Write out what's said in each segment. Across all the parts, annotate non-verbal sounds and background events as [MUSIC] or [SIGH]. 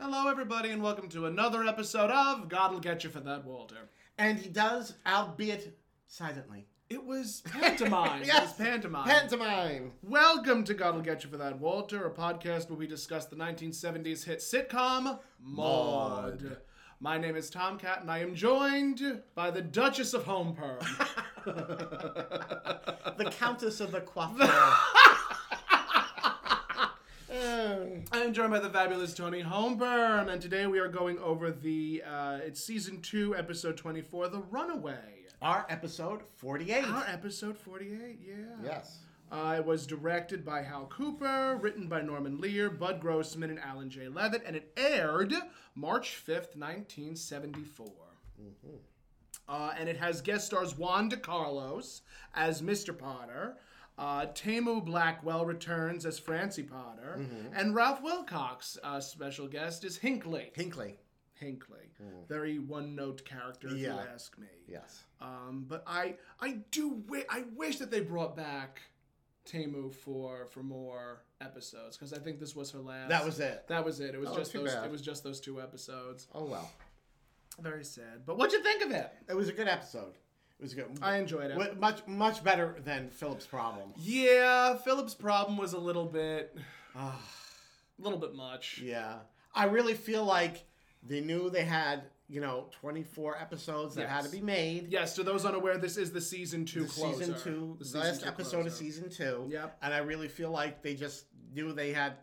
Hello, everybody, and welcome to another episode of God'll Get You for That, Walter. And he does, albeit silently. It [LAUGHS] was pantomime. It was Yes. pantomime. Pantomime! welcome to God'll Get You for That, Walter, a podcast where we discuss the 1970s hit sitcom Maud. Maud. My name is Tomcat, and I am joined by the Duchess of Home [LAUGHS] Perm. The Countess of [LAUGHS] the Coiffure. Oh. I am joined by the fabulous Tony Holmberg, and today we are going over the uh, it's season two, episode twenty-four, "The Runaway." Our episode 48. Our episode forty-eight, yeah. Yes. Uh, it was directed by Hal Cooper, written by Norman Lear, Bud Grossman, and Alan J. Levitt, and it aired March fifth, nineteen Uh, and it has guest stars Juan De Carlos as Mr. Potter. Uh, Tamu Blackwell returns as Francie Potter, and Ralph Wilcox, uh, special guest, is Hinkley. Hinkley. Hinkley, very one-note character, if you Yeah. ask me. Yes. Um, but I I do wi- I wish that they brought back Tamu for for more episodes because I think this was her last. That was it. that was it. It was Oh, just too those. bad. It was just those two episodes. Oh, well. Very sad. But what'd you think of it? It was a good episode. It was good. I enjoyed it. Wa- much, much better than [SIGHS] Philip's problem. Yeah, Philip's problem was a little bit, Ah. a little bit much. Yeah. I really feel like they knew they had, you know, 24 episodes that had to Yes. be made. Yes, to those unaware, this is the season two The closer. Season two, The the season last two episode closer. of season two. Yep. And I really feel like they just knew they had.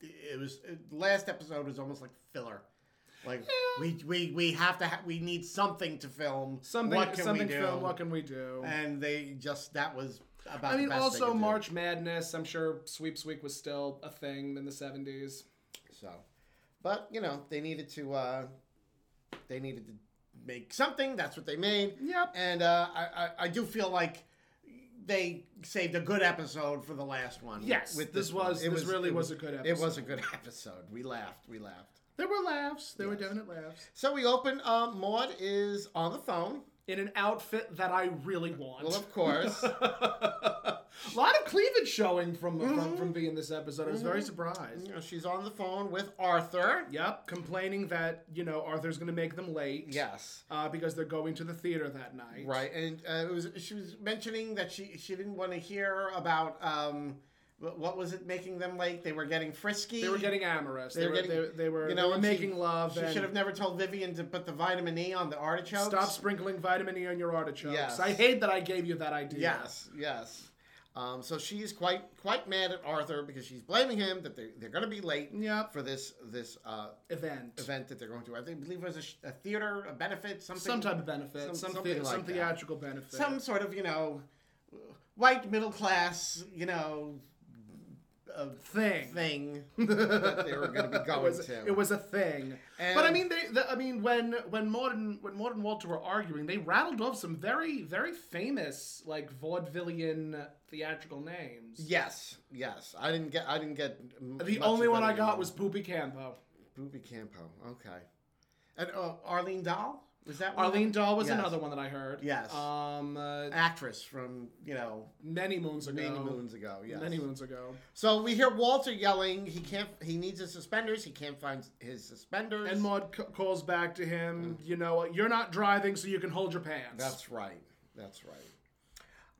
It was it, last episode was almost like filler. Like Yeah. we we we have to ha- we need something to film. Something, What can something we do? film. What can we do? and they just that was about. I mean, the best they also could do. March Madness. I'm sure Sweeps Week was still a thing in the 70s. So, but you know they needed to. uh They needed to make something. That's what they made. Yep. And uh, I, I I do feel like they saved a good episode for the last one. Yes, this one. was- this really it was a good It episode. was a good [LAUGHS] episode. We laughed. We laughed. There were laughs. There were Yes. definite laughs. So we open. Uh, Maud is on the phone. In an outfit that I really want. Well, of course. [LAUGHS] a lot of cleavage showing from Mm-hmm. from, from being this episode. I was very surprised. you know, she's on the phone with Arthur. Yep, complaining that you know Arthur's going to make them late. Yes. uh, because they're going to the theater that night. Right, and uh, it was she was mentioning that she she didn't want to hear about um wh- what was it making them late? They were getting frisky. They were getting amorous. They, They were were they, getting- they were you know they were and she- making love. She and should have never told Vivian to put the vitamin E on the artichokes. stop sprinkling vitamin E on your artichokes. Yes. I hate that I gave you that idea. Yes, yes. Um, so she's quite quite mad at Arthur because she's blaming him that they're, they're going to be late Yep. for this this uh, Event. event that they're going to. I think believe it was a, sh- a theater, a benefit, something, Some type of benefit. Some Some- some, something thea- like some that. theatrical benefit. some sort of you know white middle class you know uh, thing. thing that they were [LAUGHS] going to be [LAUGHS] it going was to. it was a thing. And- but I mean, they, the, I mean, when when Morden when Morden and Walter were arguing, they rattled off some very very famous like vaudevillian theatrical names. yes, yes. I didn't get. I didn't get. m- The much only of one I any got of was Poopy Campo. them. Booby Campo. Okay, and uh, Arlene Dahl was that one? Arlene Dahl was Oh, Yes. another one that I heard. Yes. Um, uh, actress from you know many moons ago. many moons ago. Yes. Many moons ago. So we hear Walter yelling. He can't. He needs his suspenders. He can't find his suspenders. And Maud c- calls back to him. You know, you're not driving, so you can hold your pants. Mm. That's right. That's right.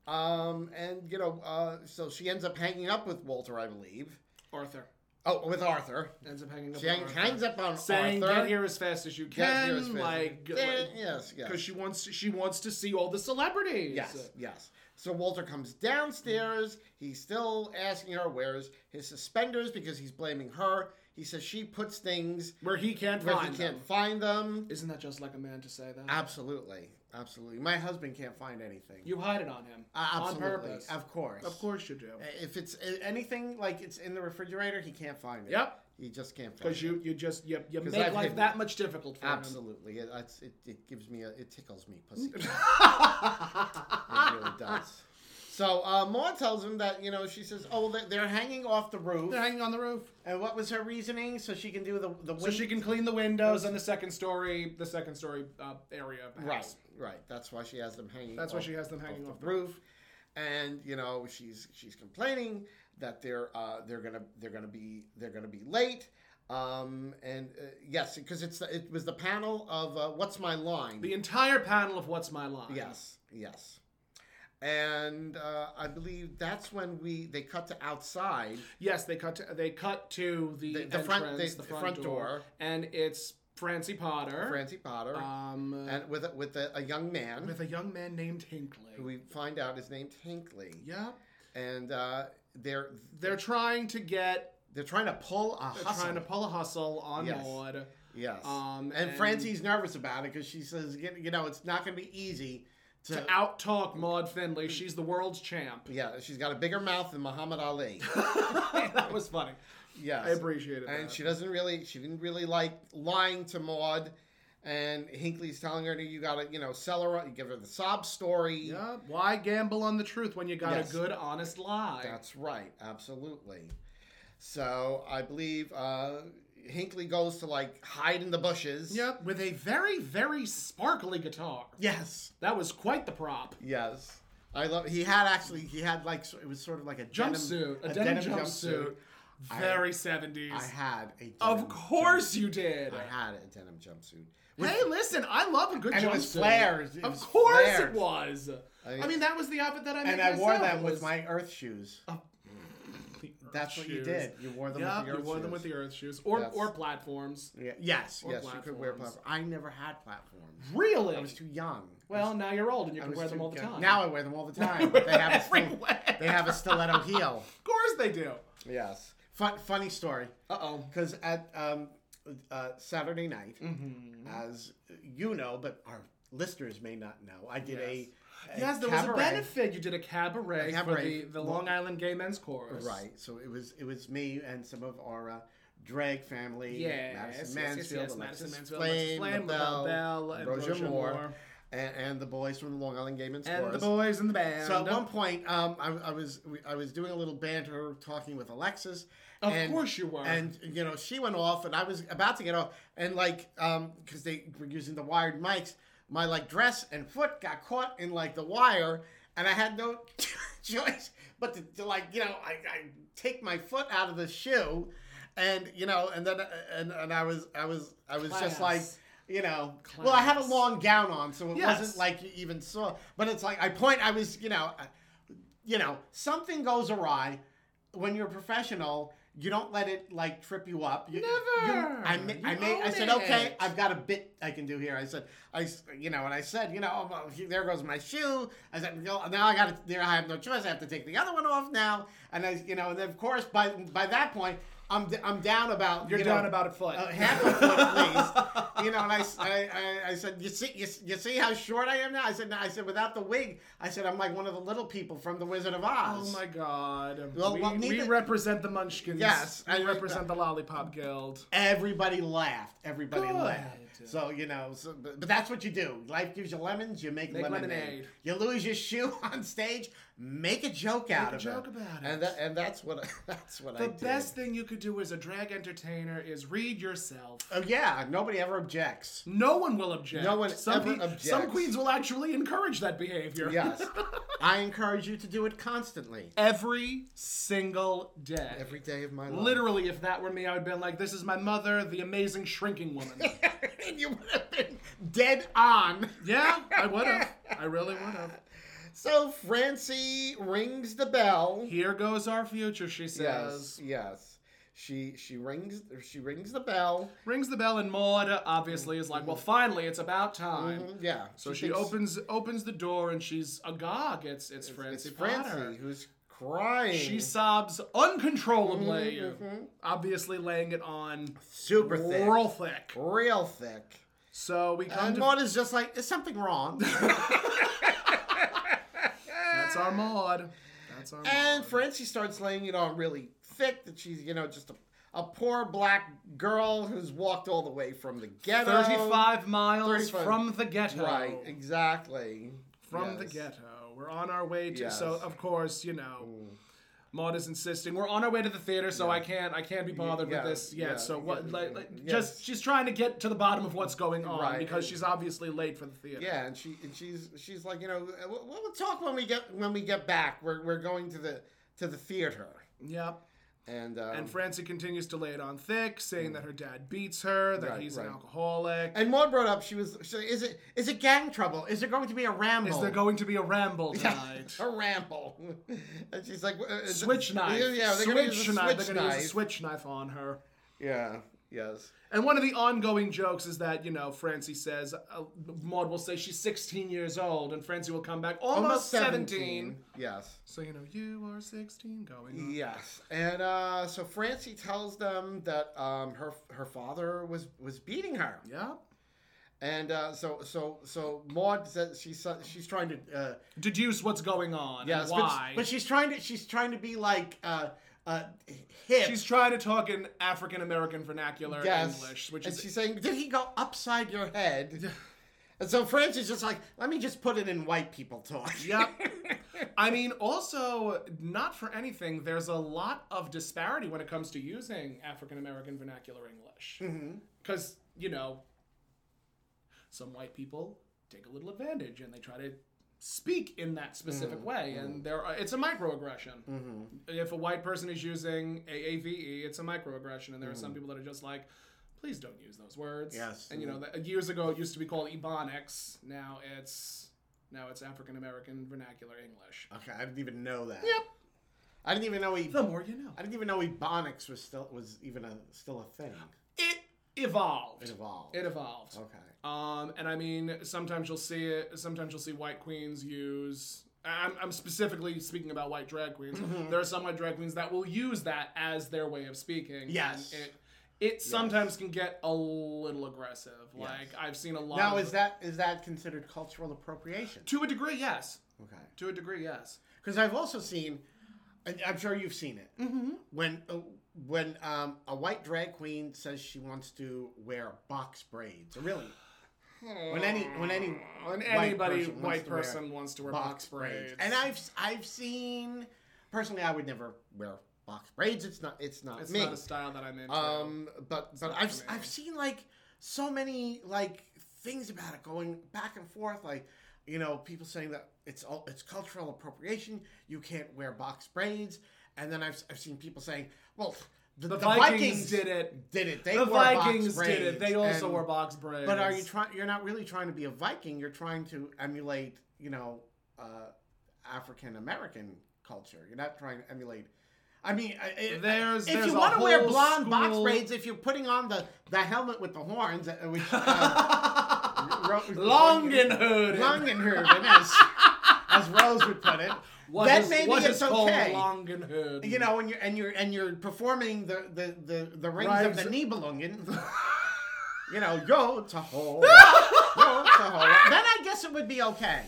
Um, and you know, uh, so she ends up hanging up with Walter, I believe. Arthur Oh, with Arthur. ends up hanging up. She on hang, Arthur. hangs up on saying Arthur. get here as fast as you Yes, can. yes, yes. like, Yeah, like- Eh, yes, yes, because she wants she wants to see all the celebrities. yes, yes. So Walter comes downstairs. He's still asking her where's his suspenders because he's blaming her. He says she puts things where he can't where he find can't Ah. them. find them. Isn't that just like a man to say that? Absolutely, absolutely. My husband can't find anything. you hide it on him Uh, on absolutely, purpose. of course, Of course you do. If it's a- anything like it's in the refrigerator, he can't find it. Yep, He just can't find because it. you you just you, you 'Cause make I've life hidden that much difficult for Absolutely. It, it's- it, it gives me a, it tickles me, [LAUGHS] pussy. it him. really does. So uh, Maud tells him that, you know, she says, oh, they- they're hanging off the roof. They're hanging on the roof, And what was her reasoning? So she can do the, the so she can clean the windows on the second story, the second story uh, area. Of the Right, house. right. That's why she has them hanging That's why off- she has them hanging off the roof. And you know she's she's complaining that they're uh, they're gonna they're gonna be they're gonna be late. Um, and uh, yes, because it's the, it was the panel of uh, what's my line? The entire panel of What's My Line. yes, yes. And uh, I believe that's when we they cut to outside. Yes, they cut to, they cut to the, The- the entrance, front- the, the- the front, front door, door. and it's Francie Potter, Francie Potter um, and with a, with a, a young man with a young man named Hinkley. uh, who we find out is named Hinkley, yeah, and uh, they're they're trying to get, they're trying to pull a they're hustle. trying to pull a hustle on Yes. Maud. yes, Um, and, and- Francie's nervous about it because she says, you you know, it's not going to be easy to, to out talk Maud Finley. She's the world's [LAUGHS] champ. Yeah, she's got a bigger mouth than [LAUGHS] Muhammad Ali. that was funny. I Yes. appreciated that. And she doesn't really, she didn't really like lying to Maud. And Hinkley's telling her, you gotta, you know, sell her, you give her the sob story. yeah, why gamble on the truth when you got Yes. a good, honest lie? That's right, absolutely. So I believe uh, Hinkley goes to like hide in the bushes. Yep, with a very, very sparkly guitar. Yes. That was quite the prop. Yes. I love. He had actually. He had like. so- It was sort of like a denim- Jumpsuit, a, denim, jumpsuit. I- Very I 70s. had a. Denim Of course you jumpsuit. did. I had a denim jumpsuit. With- Hey, listen, I love a good And jumpsuit. it was flares. It Of was course it flares. was. I I mean, mean- that was the outfit that I made and I wore myself. them It with was my Earth shoes. the Earth That's what you shoes. did. You wore them Yeah, with the Earth you wore shoes. them with the Earth shoes or Yes. or platforms. yeah. Yes, Or yes, you could wear platforms. platforms. I never had platforms. Really? I was too young. well, now you're old and you I can was wear them too all the young. time. Now I wear them all [LAUGHS] the time. they have a stil- Everywhere. they have a stiletto heel. of course they do. Yes. Fun, funny story. Uh oh. Because at um, uh, Saturday night, Mm-hmm. Mm-hmm. as you know, but our listeners may not know, I Yes. did a, a Yes, there was a cabaret. benefit. You did a cabaret, A cabaret. for the, the Well- Long Island Gay Men's Chorus. Right. So it was it was me and some of our uh, drag family. Yes, yes, yes, Madison Mansfield, yes, Alexis Madison Mansfield, Alexis Flame, Flame, LaBelle, LaBelle, and Roger, Roger Moore, Moore. And, and the boys from the Long Island Gay Men's And the uh, Chorus. boys in the band. so at one point, um, I, I was we- I was doing a little banter, talking with Alexis. Of and- course you were. And you know she went off, and I was about to get off, and like um, because they were using the wired mics, my like dress and foot got caught in like the wire, and I had no [LAUGHS] choice but to, to like you know I, I take my foot out of the shoe, and you know and then uh, and and I was I was I was Class. just like. You know, well, I had a Class. long gown on, so it Yes. wasn't like you even saw. But it's like I point. I was, you know, I- you know, something goes awry when you're a professional. You don't let it like trip you up. You, Never. you- I, ma- You I, made, I own said, it. okay, I've got a bit I can do here. I said, I, s- you know, and I said, you know, oh, well, he- there goes my shoe. I said, "Go- now I got to, there. I have no choice. I have to take the other one off now. And I, you know, and then of course by by that point, I'm d- I'm down about You're you down know, about a foot. [LAUGHS] uh, half a foot [LAUGHS] at least. You know, and I, s- I- I- I said, you see, you, s- you see how short I am now. I said, no, I said without the wig, I said I'm like one of the little people from the Wizard of Oz. Oh my God! Well, we, well, we neither- represent the Munchkins. Yes, we I- represent the Lollipop Guild. Everybody laughed. Everybody Good. laughed. So you know, so, but, but that's what you do. Life gives you lemons, you make, Make lemonade. lemonade. You lose your shoe [LAUGHS] on stage, make a joke out a of it. joke about it. And that, and that's what [LAUGHS] I, that's what I The did. best thing you could do as a drag entertainer is read yourself. Oh yeah, nobody ever objects. No one will object. No one some ever pe- objects. Some queens will actually encourage that behavior. Yes, I encourage you to do it constantly, [LAUGHS] Every single day. every day of my life. Literally, if that were me, I would have been like, this is my mother, the amazing shrinking woman. [LAUGHS] [LAUGHS] you would have been dead on. yeah, I would have. I really would have. So Francie rings the bell. Here goes our future, she says. Yes, yes. She she rings she rings the bell. Rings the bell, and Maud obviously is like, well, finally, it's about time. Mhm, Yeah. Mm-hmm. So she, Mm-hmm. thinks opens opens the door, and she's agog. It's, it's, Francie it's Potter. Francie who's crying. She sobs uncontrollably, Mhm. obviously laying it on super thick, real thick. real thick. So we come And to Maud is just like, is [LAUGHS] something wrong? that's our Maud. That's our and Maud. Francie starts laying it on really thick. That she's you know just a, a poor black girl who's walked all the way from the ghetto. thirty-five miles 35. from the ghetto. Right. Exactly. From the Yes. ghetto, we're on our way to. So Yes. of course, you know, Maud is insisting we're on our way to the theater, so I can't, I can't be bothered yeah, with this yet. yeah, so what, yeah, like, like, yes. just she's trying to get to the bottom of what's going on Right. because she's obviously late for the theater. Yeah, and she and she's she's like you know we'll, we'll talk when we get when we get back. We're we're going to the to the theater. Yep. And, um, Mm. And Francie continues to lay it on thick, saying that her dad beats her, that Right, he's right. an alcoholic. and Maud brought up she was she, is it is it gang trouble? Is there going to be a ramble? Is there [LAUGHS] going to be a ramble tonight? a ramble? [LAUGHS] and she's like uh, is it- Switch knife. Yeah, yeah, they're gonna use a switch knife. switch They're going to knife. use a switch knife on her. Yeah. Yes. And one of the ongoing jokes is that, you know, Francie says, uh, Maud will say she's 16 years old, and Francie will come back almost, 17. Yes. So, you know, you are 16 going on. Yes, and uh, so Francie tells them that um, her her father was was beating her, Yeah. and uh, so so so Maud says she's she's trying to uh, Deduce what's going on. yes, and but- why. but, she's trying to she's trying to be like uh, uh, hip. She's trying to talk in African American vernacular yes. English, which and is she's saying, "Did he go upside your head?" and so Francie's just like, "Let me just put it in white people talk." [LAUGHS] [LAUGHS] Yep. I mean, also, not for anything, there's a lot of disparity when it comes to using African American vernacular Hmm. English. Mm-hmm. Because, you know, some white people take a little advantage and they try to speak in that specific Hmm. way. And there are, it's a microaggression. Mm-hmm. If a white person is using AAVE, it's a microaggression. And there are some people that are just like, please don't use those words. Yes. And, you know, that- years ago it used to be called Ebonics. Now it's. Now it's African American vernacular English. Okay, I didn't even know that. Yep. I didn't even know he. The more you know. I didn't even know ebonics was still was even a still a thing. It evolved. It evolved. It evolved. Okay. Um, and I mean, sometimes you'll see it. Sometimes you'll see white queens use. I'm, I'm specifically speaking about white drag queens. Mm-hmm. There are some white drag queens that will use that as their way of speaking. and Yes. it it sometimes can get a little aggressive. Like I've seen a lot. Now of, is that is that considered cultural appropriation? to a degree? Yes. Okay. To a degree, yes. Because I've also seen, and I'm sure you've seen it, when uh, when um, a white drag queen says she wants to wear box braids, [SIGHS] or really when any when any When white anybody wants white to wear person wants to wear box braids, and I've I've seen personally, I would never wear box braids. It's not it's not it's me. not a style that I'm into. Um, but but not I've for me. I've seen like so many like things about it going back and forth, like you know people saying that it's all it's cultural appropriation. You can't wear box braids, and then I've I've seen people saying, well, the, the, Vikings, did it. Did it? They the wore box Vikings did braids, it. They also and- wore box braids. But are you trying? You're not really trying to be a Viking. You're trying to emulate, you know, uh, African American culture. You're not trying to emulate. I mean, I- I- There's- if there's you a want to wear whole blonde box school- braids, if you're putting on the, the helmet with the horns, uh, which [LAUGHS] uh, ro- long and hooded? Longenhurden, as as Rose would put it, What then is- maybe what it's is called okay. long and hooded? you know, and you're and you're and you're performing the the the, the rings of the Rides- [LAUGHS] Nibelungen. you know, yo to hole, yo to hole. Then I guess it would be okay.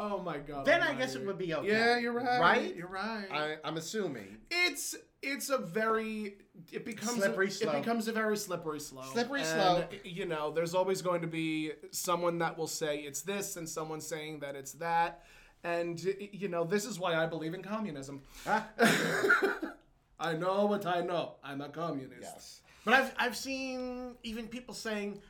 Oh my god. Then I guess it almighty. would be okay. Yeah, you're right. Right? You're right. I'm assuming it's it's a very it becomes Slippery a, slope. It becomes a very slippery slope. Slippery And, slope. You know, there's always going to be someone that will say it's this and someone saying that it's that. And y- you know, this is why I believe in communism. [LAUGHS] I know what I know. I'm a communist. yes. But I've I've seen even people saying,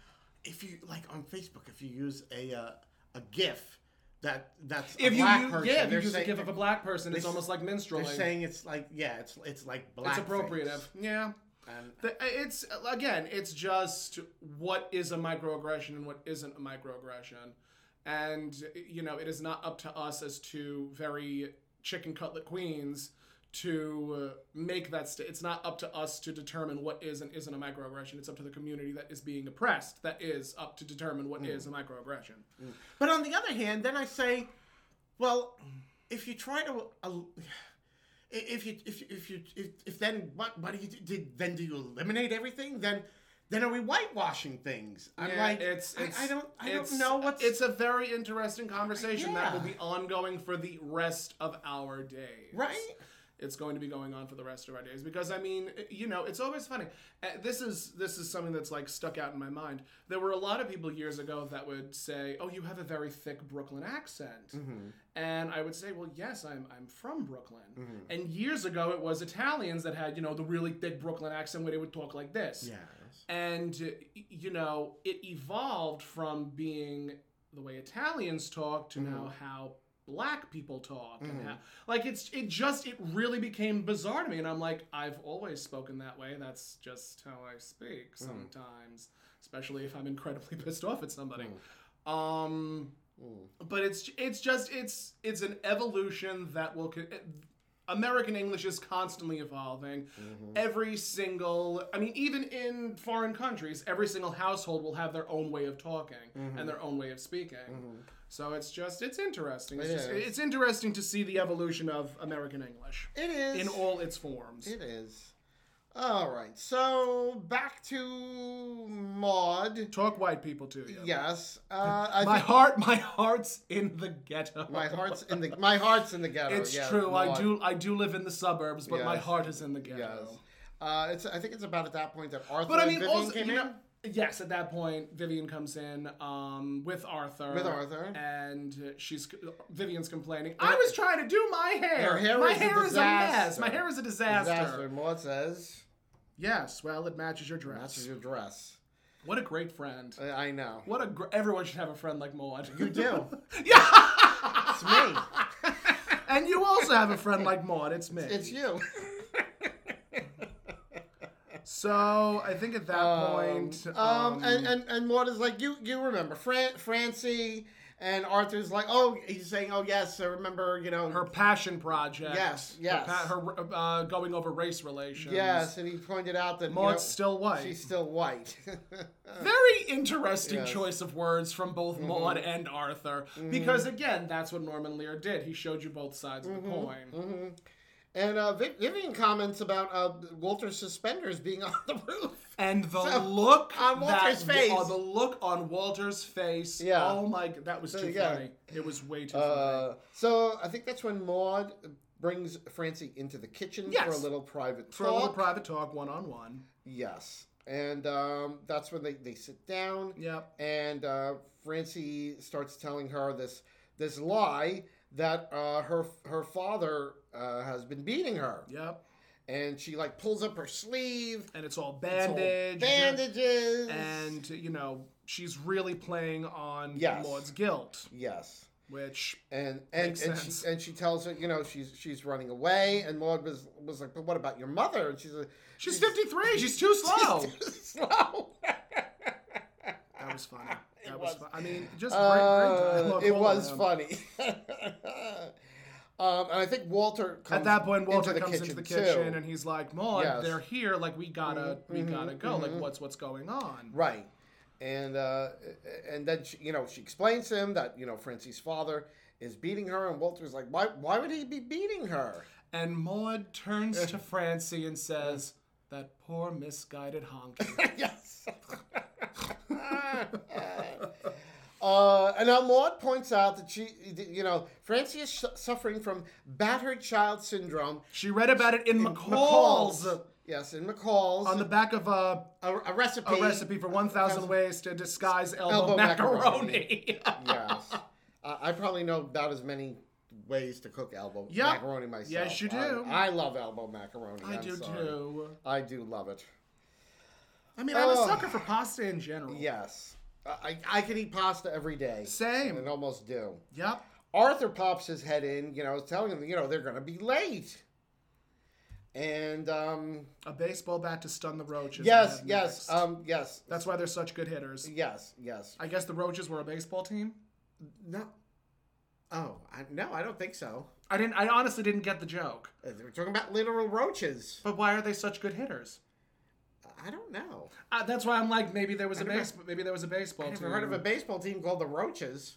if you like on Facebook, if you use a uh, a GIF that that's a If you, black you person, yeah, if you they're use a saying- gif of a black person, it's They're- almost like they're minstrelly. saying it's like yeah, it's it's like black. it's appropriative. Yeah. And The- It's again, it's just what is a microaggression and what isn't a microaggression, and you know it is not up to us as two very chicken cutlet queens to uh, make that. St- it's not up to us to determine what is and isn't a microaggression. It's up to the community that is being oppressed that is up to determine what is a microaggression. But on the other hand, then I say, well, if you try to, uh, if you if you- if you if, if then what what do you do? Did, then do you eliminate everything? Then then are we whitewashing things? I'm Yeah, like, it's, I- it's I, don't I it's, don't know what's It's a very interesting conversation that will Yeah. be ongoing for the rest of our days. right. it's going to be going on for the rest of our days because i mean you know it's always funny Uh, this is this is something that's like stuck out in my mind there were a lot of people years ago that would say oh you have a very thick brooklyn accent Mm. and i would say well yes i'm i'm from brooklyn and years ago it was italians that had you know the really thick brooklyn accent where they would talk like this Yes. and, uh, y- you know, it evolved from being the way Italians talk to now how black people talk and how, like it's it just it really became bizarre to me and i'm like i've always spoken that way that's just how i speak sometimes especially if i'm incredibly [LAUGHS] pissed off at somebody um but it's it's just it's it's an evolution that will co- American English is constantly evolving. Every single, I mean, even in foreign countries, every single household will have their own way of talking Mm-hmm. and their own way of speaking. So it's just, it's interesting. It's, It just, is. it's interesting to see the evolution of American English It is. in all its forms. It is. All right. So back to Maud. Talk white people to you. Yes. [LAUGHS] Uh, I My think heart, my heart's in the ghetto. my heart's in the my heart's in the ghetto. It's yeah, true. I Maud. do, I do live in the suburbs, but my Yes. heart is in the ghetto. Yes. Uh, it's. I think it's about at that point that Arthur But I and mean, Vivian also, came you in. know, yes, at that point, Vivian comes in um, with Arthur. With Arthur. And uh, she's Vivian's complaining. I was trying to do my hair. Her hair my is a hair is a mess. disaster." My hair is a disaster. Disaster. Maud says, Yes, well, it matches your dress. "That's your dress." What a great friend. I, I know. What a gr- everyone should have a friend like Maud. You do. [LAUGHS] yeah. It's [LAUGHS] me. And you also have a friend like Maud. It's me. It's you. so I think at that [LAUGHS] point, Um, and, and and Maud is like, you you remember Fran- Francie, and Arthur's like, oh, he's saying, oh yes, I remember, you know, her passion project. Yes, Her, yes. pa- her uh, going over race relations. yes, and he pointed out that you Maud's know, still white. she's still white. [LAUGHS] Very interesting Yes. Mm-hmm. choice of words from both Maud and Arthur, because again, that's what Norman Lear did. He showed you both sides of Mm-hmm. the coin. and uh, Viv- Vivian comments about uh, Walter's suspenders being [LAUGHS] on the roof. And the So, look on Walter's that- face. uh, the look on Walter's face. Yeah. Oh my, g- that was There too you go. funny. It was way too funny. Uh, so I think that's when Maud brings Francie into the kitchen for a Yes. little private For a talk. little private talk, one on one. yes, and um, that's when they, they sit down. Yep. and uh, Francie starts telling her this this lie that uh, her her father uh, has been beating her, Yep. and she like pulls up her sleeve, And it's all it's all bandaged. bandages, And, you know, she's really playing on Yes. Maud's guilt, yes. which And and, Makes and sense. she and she tells her, you know, she's she's running away, and Maud was was like, but what about your mother? And she's like, [LAUGHS] she's 53. She's too slow. slow. That was funny. That [LAUGHS] was. It was. fun. I mean, just great, great Uh, dialogue it all was around. funny. [LAUGHS] um, and I think Walter comes At that point, into Walter the comes into the kitchen, kitchen too. and he's like, "Maud, Yes. Mm-hmm. they're here. Like, we gotta, we gotta go. Like, what's what's going on?" Right. And uh, and then she, you know she explains to him that you know Francie's father is beating her, and Walter's like, why why would he be beating her? And Maud turns [LAUGHS] to Francie and says, "That poor misguided honky." [LAUGHS] yes. uh, and now Maud points out that she you know Francie is su- suffering from battered child syndrome. she read about it in, McCall's, McCall's. Yes, in McCall's on the back of a, a, a recipe. a recipe for one thousand ways to disguise elbow, [LAUGHS] Elbow macaroni. yes. Uh, I probably know about as many ways to cook elbow Yep. macaroni myself. Yes, you I- do. I, love elbow macaroni. I I'm do sorry. too. I do love it. I mean, I'm a Oh. sucker for pasta in general. Yes. I, I- I could eat pasta every day. Same. And almost do. Yep. Arthur pops his head in, you know, telling him, you know, they're going to be late. And, um, A baseball bat to stun the roaches. and yes, have yes, next. um, yes, That's why they're such good hitters. yes, yes. I guess the Roaches were a baseball team. No. Oh, I, no, I don't think so. I didn't. I honestly didn't get the joke. Uh, They were talking about literal roaches. But why are they such good hitters? I don't know. Uh, that's why I'm like, maybe there was a don't know. base, maybe there was a baseball Have team. you heard of a baseball team called the Roaches?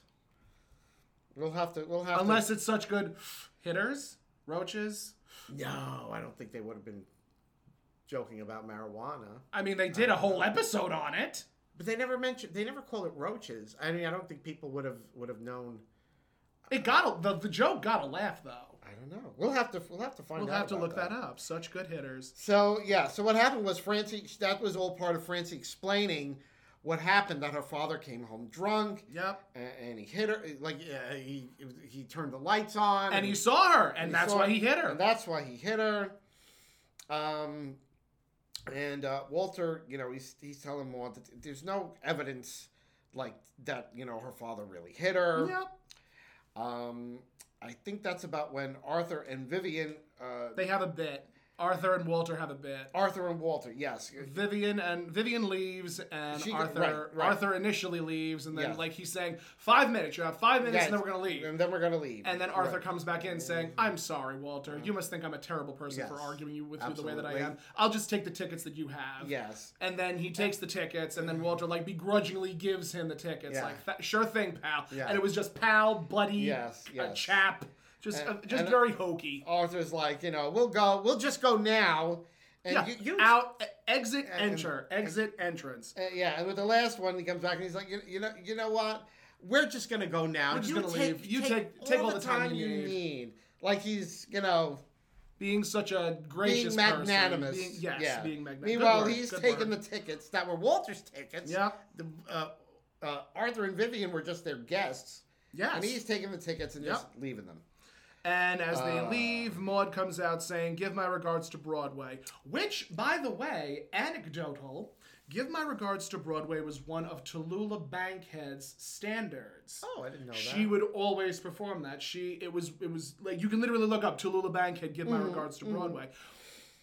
We'll have to. We'll have Unless it's such good hitters, roaches. to. No, I don't think they would have been joking about marijuana. I mean, they did a whole episode on it. But they never mentioned. They never call it roaches. I mean, I don't think people would have would have known. It got a, the the joke got a laugh though. I don't know. We'll have to. We'll have to find We'll out. have to about look that. up. Such good hitters. So yeah. So what happened was Francie. That was all part of Francie explaining what happened. That her father came home drunk. Yep. a- And he hit her like uh, he he turned the lights on And he saw her, and that's saw- why he hit her. And that's why he hit her. Um, and uh, Walter, you know, he's he's telling Maud that there's no evidence like that. You know, her father really hit her. Yep. Um, I think that's about when Arthur and Vivian. Uh, They have a bit. Arthur and Walter have a bit. Arthur and Walter, yes. Vivian and Vivian leaves, and She go- Arthur right, right. Arthur initially leaves, and then Yeah. like he's saying five minutes, you have five minutes, Yes. and then we're gonna leave. And then we're gonna leave. And then Arthur Right. comes back in saying, "I'm sorry, Walter. You must think I'm a terrible person for Yes. arguing you with you the way that I Absolutely. am. I'll just take the tickets that you have." Yes. And then he takes the tickets, and then Walter like begrudgingly gives him the tickets, Yeah. like "Th- "Sure thing, pal." Yeah. And it was just pal, buddy, Yes, a yes. chap, just And- uh, just and- very hokey. Arthur's like, you know, we'll go, we'll just go now. And yeah. you, you out, e- exit, and- enter, exit, entrance. Uh, yeah, and with the last one, he comes back and he's like, you, you know, you know what? We're just gonna go now. We're just gonna leave. You take- take all the time you need." Like he's, you know, Being such a gracious being magnanimous. person, being, yes, yeah. being magnanimous. Meanwhile, Good word, he's good taking word. the tickets that were Walter's tickets. yeah, The, uh, uh, Arthur and Vivian were just their guests, yes. and he's taking the tickets and Yep. just leaving them. And as they Uh. leave, Maud comes out saying, Give my regards to Broadway. Which, by the way, anecdotal, Give My Regards to Broadway was one of Tallulah Bankhead's standards. Oh, I didn't know She would always perform that. She it was it was like you can literally look up Tallulah Bankhead. Give my regards to Broadway.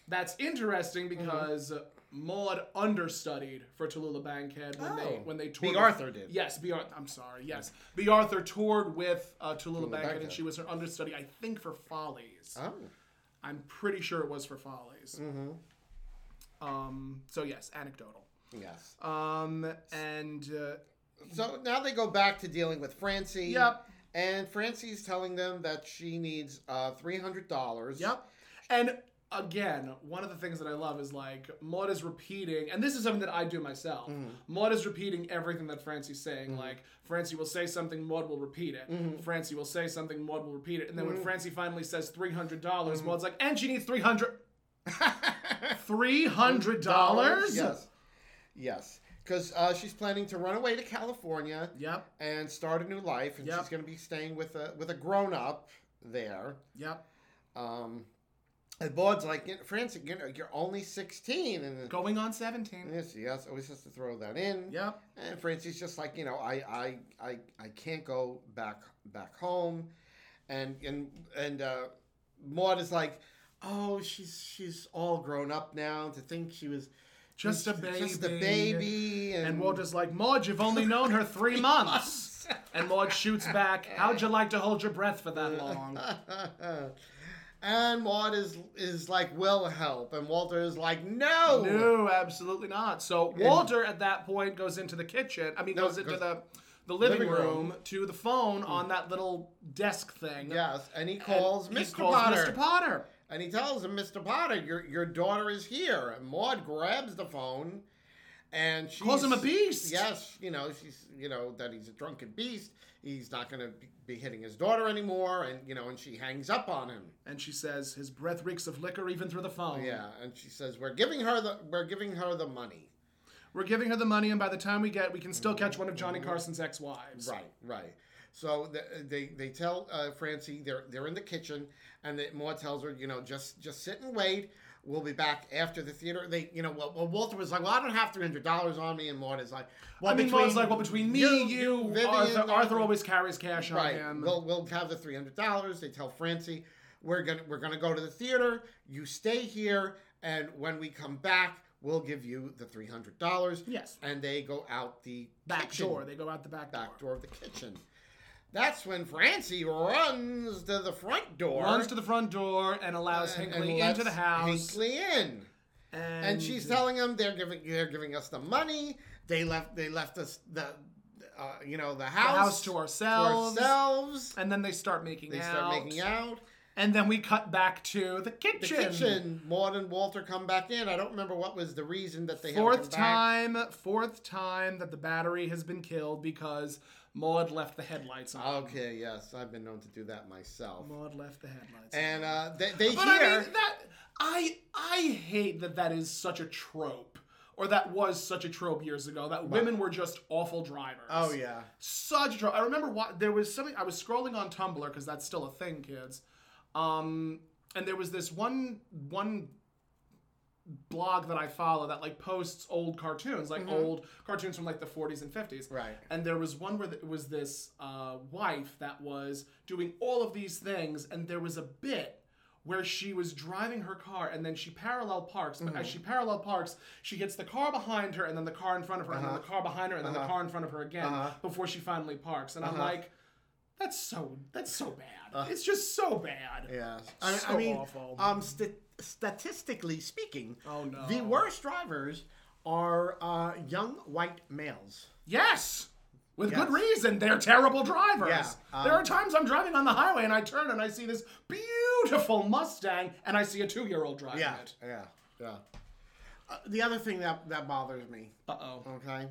That's interesting because Maud understudied for Tallulah Bankhead when they Oh. when they toured. Big with- Arthur did. Mm-hmm. Yes, B. Arthur. I'm sorry. Yes, B. Arthur toured with uh, Tallulah Bankhead, and Bankhead. she was her understudy, I think, for Follies. Oh, I'm pretty sure it was for Follies. Mm-hmm. Um. So yes, anecdotal. yes. Um. And uh, So now they go back to dealing with Francie. Yep. And Francie's telling them that she needs uh, $300. Yep. And again, one of the things that I love is like Maud is repeating, and this is something that I do myself. Mm-hmm. Maud is repeating everything that Francie's saying. Like Francie will say something, Maud will repeat it. Mm-hmm. Francie will say something, Maud will repeat it. And then when Francie finally says three hundred dollars, Mm-hmm. Maud's like, and she needs three hundred. [LAUGHS] Three hundred dollars. Yes. Yes. Because uh, she's planning to run away to California Yep. and start a new life, and Yep. she's going to be staying with a with a grown up there. Yep. Um, and Maud's like, "You- Francie, you know, you're only sixteen, and Going on seventeen. yes, yes, always has to throw that in. Yep. And Francie's just like, you know, I, I, I, I can't go back back home, and and and uh, Maud is like, oh, she's she's all grown up now. To think she was Just a just a baby. baby, and, And Walter's like, Maud, you've only known her three months. And Maud shoots back, How'd you like to hold your breath for that long? [LAUGHS] and Maud is is like, will help, and Walter is like, no, No, absolutely not. So Walter at that point goes into the kitchen. I mean, No, goes into goes- the the living, living room, room. to the phone on that little desk thing. yes, and he And calls he Mr. calls Potter, Mr. Potter. and he tells him, Mr. Potter, your your daughter is here. And Maud grabs the phone, and she Calls him a beast. Yes, you know she's you know that he's a drunken beast. He's not going to be hitting his daughter anymore, and you know, and she hangs up on him. And she says, His breath reeks of liquor even through the phone. Yeah, and she says, "We're giving her the we're giving her the money." We're giving her the money, and by the time we get, we can still catch one of Johnny Carson's ex wives. Mm-hmm. Right, right. So the, they they tell uh, Francie they're they're in the kitchen, and that Maud tells her, you know, just just sit and wait. We'll be back after the theater. They, you know, well, well Walter was like, well, I don't have three hundred dollars on me, and Maud is like, well, I mean, between Maud's like, well, between me, you, Arthur, Arthur always carries cash right. on him. We'll we'll have the three hundred dollars. They tell Francie, we're gonna we're gonna go to the theater. You stay here, and when we come back, we'll give you the three hundred dollars. Yes. And they go out the back kitchen door. They go out the back, back door of the kitchen. That's when Francie runs to the front door. Runs to the front door and allows and- and Hinkley lets into the house. Hinkley in, and, and she's telling him they're giving they're giving us the money. They left they left us the uh, you know the the house, house to to ourselves. ourselves. And then they start making They out. start making out. And then we cut back to the The kitchen. kitchen. Maud and Walter come back in. I don't remember what was the reason that they had Fourth to come back. time, fourth time that the battery has been killed because Maud left the headlights on. Okay, yes, I've been known to do that myself. Maud left the headlights on. And uh, they, they But hear I mean that I I hate that that is such a trope, or that was such a trope years ago that women were just awful drivers. Oh yeah. such a trope. I remember why, there was something I was scrolling on Tumblr because that's still a thing, kids. Um, and there was this one one blog that I follow that like posts old cartoons, like old cartoons from like the 40s and 50s. Right. And there was one where th- it was this uh, wife that was doing all of these things, and there was a bit where she was driving her car and then she parallel parks. But as she parallel parks, she gets the car behind her and then the car in front of her and then the car behind her and then the car in front of her again before she finally parks. And I'm like, that's so that's so bad. it's just so bad. Yes. I, So I mean, awful. um, st- statistically speaking, Oh, no. the worst drivers are uh, young white males. Yes. With good Yes. reason, they're terrible drivers. Yeah, um, there are times I'm driving on the highway and I turn and I see this beautiful Mustang and I see a two-year-old driving it. Yeah. Yeah. Uh, the other thing that, that bothers me, Uh-oh. okay,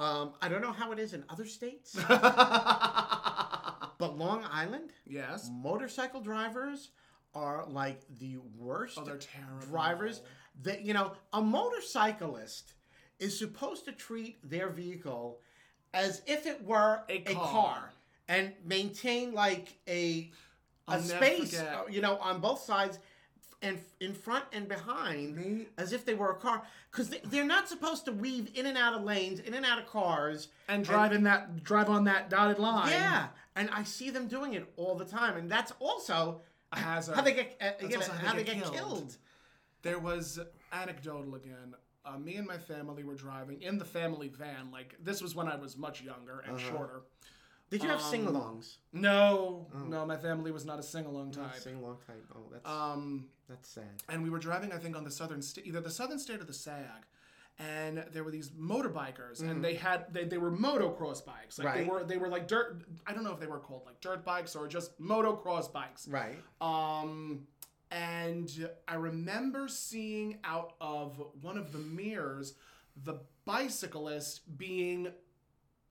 um, I don't know how it is in other states, [LAUGHS] but Long Island, Yes. motorcycle drivers are like the worst Oh, they're terrible. drivers that you know a motorcyclist is supposed to treat their vehicle as if it were A a, car. car. and maintain like a a I'll never space forget. uh, you know on both sides and in front and behind Me- as if they were a car because they, they're not supposed to weave in and out of lanes in and out of cars And drive in that drive on that dotted line. yeah and i see them doing it all the time and that's also A hazard. how they get uh, you know, also how they get, killed. There was anecdotal again. Uh, me and my family were driving in the family van. Like this was when I was much younger and Uh-huh. shorter. Did you have sing-alongs? No, Mm. no, my family was not a sing-along type. Sing-along type. Oh, that's Um, that's sad. and we were driving, I think, on the southern state, either the southern state or the SAG. And there were these motorbikers, and they had they, they were motocross bikes. Like they Mm-hmm. Right. were they were like dirt. I don't know if they were called like dirt bikes or just motocross bikes. Right. Um, and I remember seeing out of one of the mirrors the bicyclist being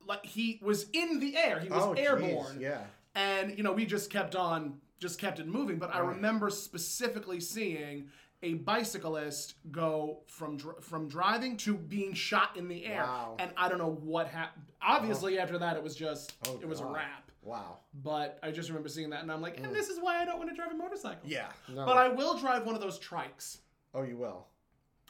like he was in the air. He was airborne Oh, Yeah. and you know we just kept on just kept it moving but i remember specifically seeing a bicyclist go from dr- from driving to being shot in the air Wow. and i don't know what happened obviously after that it was just Oh, it was a God. wrap Wow. but i just remember seeing that and i'm like and this is why i don't want to drive a motorcycle Yeah. No. but i will drive one of those trikes oh, you will.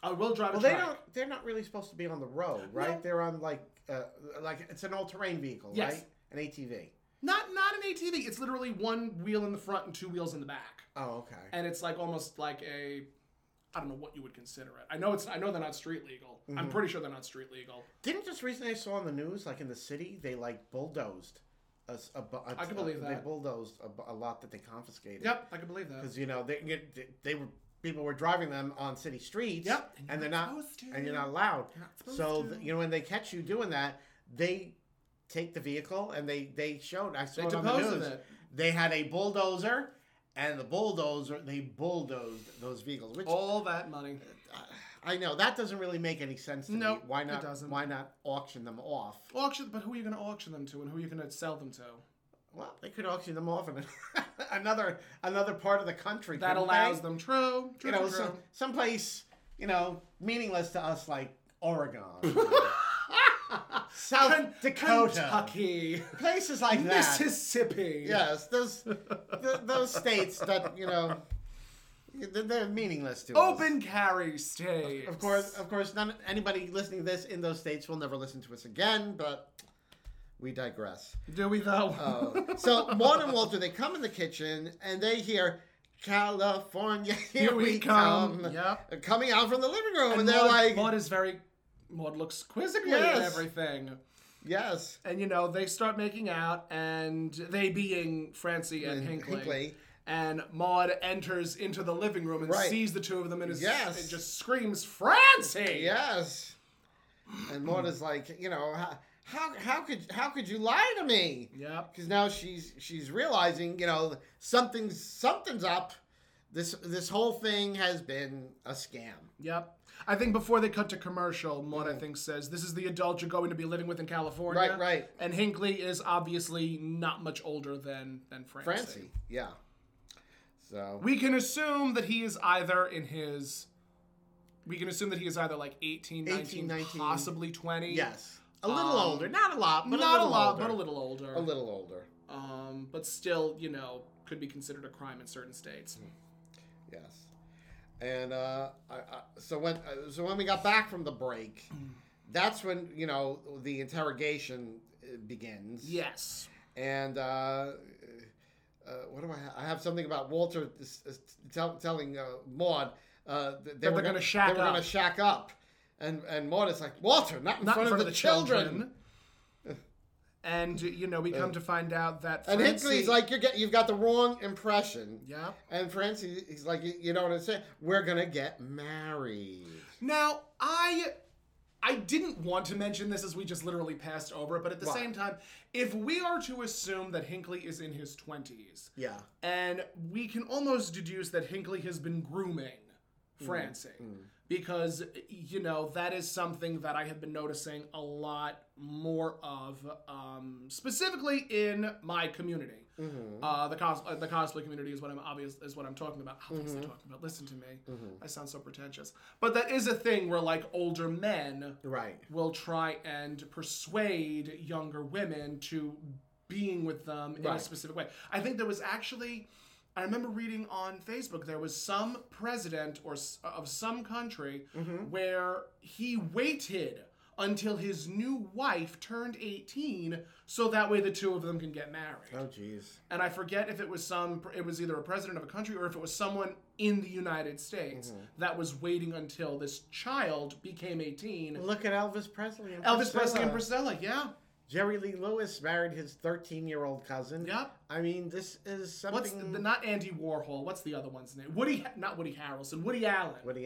i will drive Well, a they trike don't. They're not really supposed to be on the road, right? No. They're on like uh, like it's an all-terrain vehicle, Yes. right? An ATV. not not an atv it's literally one wheel in the front and two wheels in the back Oh, okay. and it's like almost like a I don't know what you would consider it. I know it's I know they're not street legal. Mm-hmm. I'm pretty sure they're not street legal. Didn't just recently I saw on the news, like in the city, they like bulldozed. A, s- a, bu- a, I can believe They that. bulldozed a, bu- a lot that they confiscated. Yep, I can believe that. because you know they, you- they they were people were driving them on city streets. Yep. and, And they're you're not, not supposed and to. you're not allowed. not supposed so to. th- you know when they catch you doing that, they take the vehicle and they they showed. I saw They it on the depose of news. it. They had a bulldozer, and the bulldozer they bulldozed those vehicles. Which uh, All that money. I know that doesn't really make any sense to me. Nope, Why it not? doesn't. Why not auction them off? Auction, but who are you going to auction them to, and who are you going to sell them to? Well, they could auction them off in [LAUGHS] another another part of the country. That couldn't allows they? them. True. True. you know, true, some, true. someplace, you know, meaningless to us like [LAUGHS] Oregon, South Ken- Dakota, Kentucky, places [LAUGHS] like that. Mississippi. Yes, those th- those states that you know they're, they're meaningless to us. Open carry states. Of course, of course, none anybody listening to this in those states will never listen to us again. But we digress. Do we though? Uh, [LAUGHS] so Maud and Walter they come in the kitchen and they hear. California, here, Here we we, come." come. Yep. Coming out from the living room, and, and they're Maud, like, Maud is very. Maud looks quizzically at Yes. everything. Yes. and you know they start making out and they being francie and And hinckley, Hinckley. and maud enters into the living room and Right. sees the two of them and, is, Yes. and just screams francie Yes. And Morta's like, you know, how, how how could how could you lie to me? Yep. Because now she's she's realizing, you know, something's something's up. This this whole thing has been a scam. yep i think before they cut to commercial maud i think says this is the adult you're going to be living with in california Right, right. and hinckley is obviously not much older than than francie, Francie. Yeah. So we can assume that he is either in his we can assume that he is either like 18, 19, 18, 19. possibly 20 yes. A little older. Not a lot, but not a a little lot older. but a little older a little older. Hmm. um, but still, you know, could be considered a crime in certain states. Yes. And uh, I, I, so when uh, so when we got back from the break, that's when you know the interrogation uh, begins. Yes. And uh, uh, what do I? Ha- I have something about Walter s- s- tell, telling uh, Maud uh, th- they That were they're gonna gonna shack they were gonna up. shack up, and and Maud is like Walter, not in, Not front, of the, children. [LAUGHS] And you know, we come to find out that And Francie, Hinckley's like you're get, you've got the wrong impression. yeah. And Francie, he's like, you, you don't understand. We're gonna get married. Now, I I didn't want to mention this as we just literally passed over it, but at the Why? same time, if we are to assume that Hinckley is in his 20s, Yeah. and we can almost deduce that Hinckley has been grooming Francie because you know that is something that I have been noticing a lot more of, um, specifically in my community. Mm-hmm. Mm. Uh, the cos- uh, the cosplay community is what I'm obvious is what I'm talking about. Obviously talking about. Listen to me. I sound so pretentious, but that is a thing where like older men Right. will try and persuade younger women to being with them in a Right. specific way. I think there was actually, I remember reading on Facebook, there was some president or s- uh, of some country where he waited until his new wife turned 18 so that way the two of them can get married Oh, jeez. and I forget if it was some it was either a president of a country or if it was someone in the United States that was waiting until this child became 18. Look at Elvis Presley. And Elvis Presley Priscilla. and Priscilla, yeah. Jerry Lee Lewis married his 13 year old cousin. Yep. I mean, this is something. What's the, not Andy Warhol? What's the other one's name? Woody, not Woody Harrelson. Woody Allen. Woody,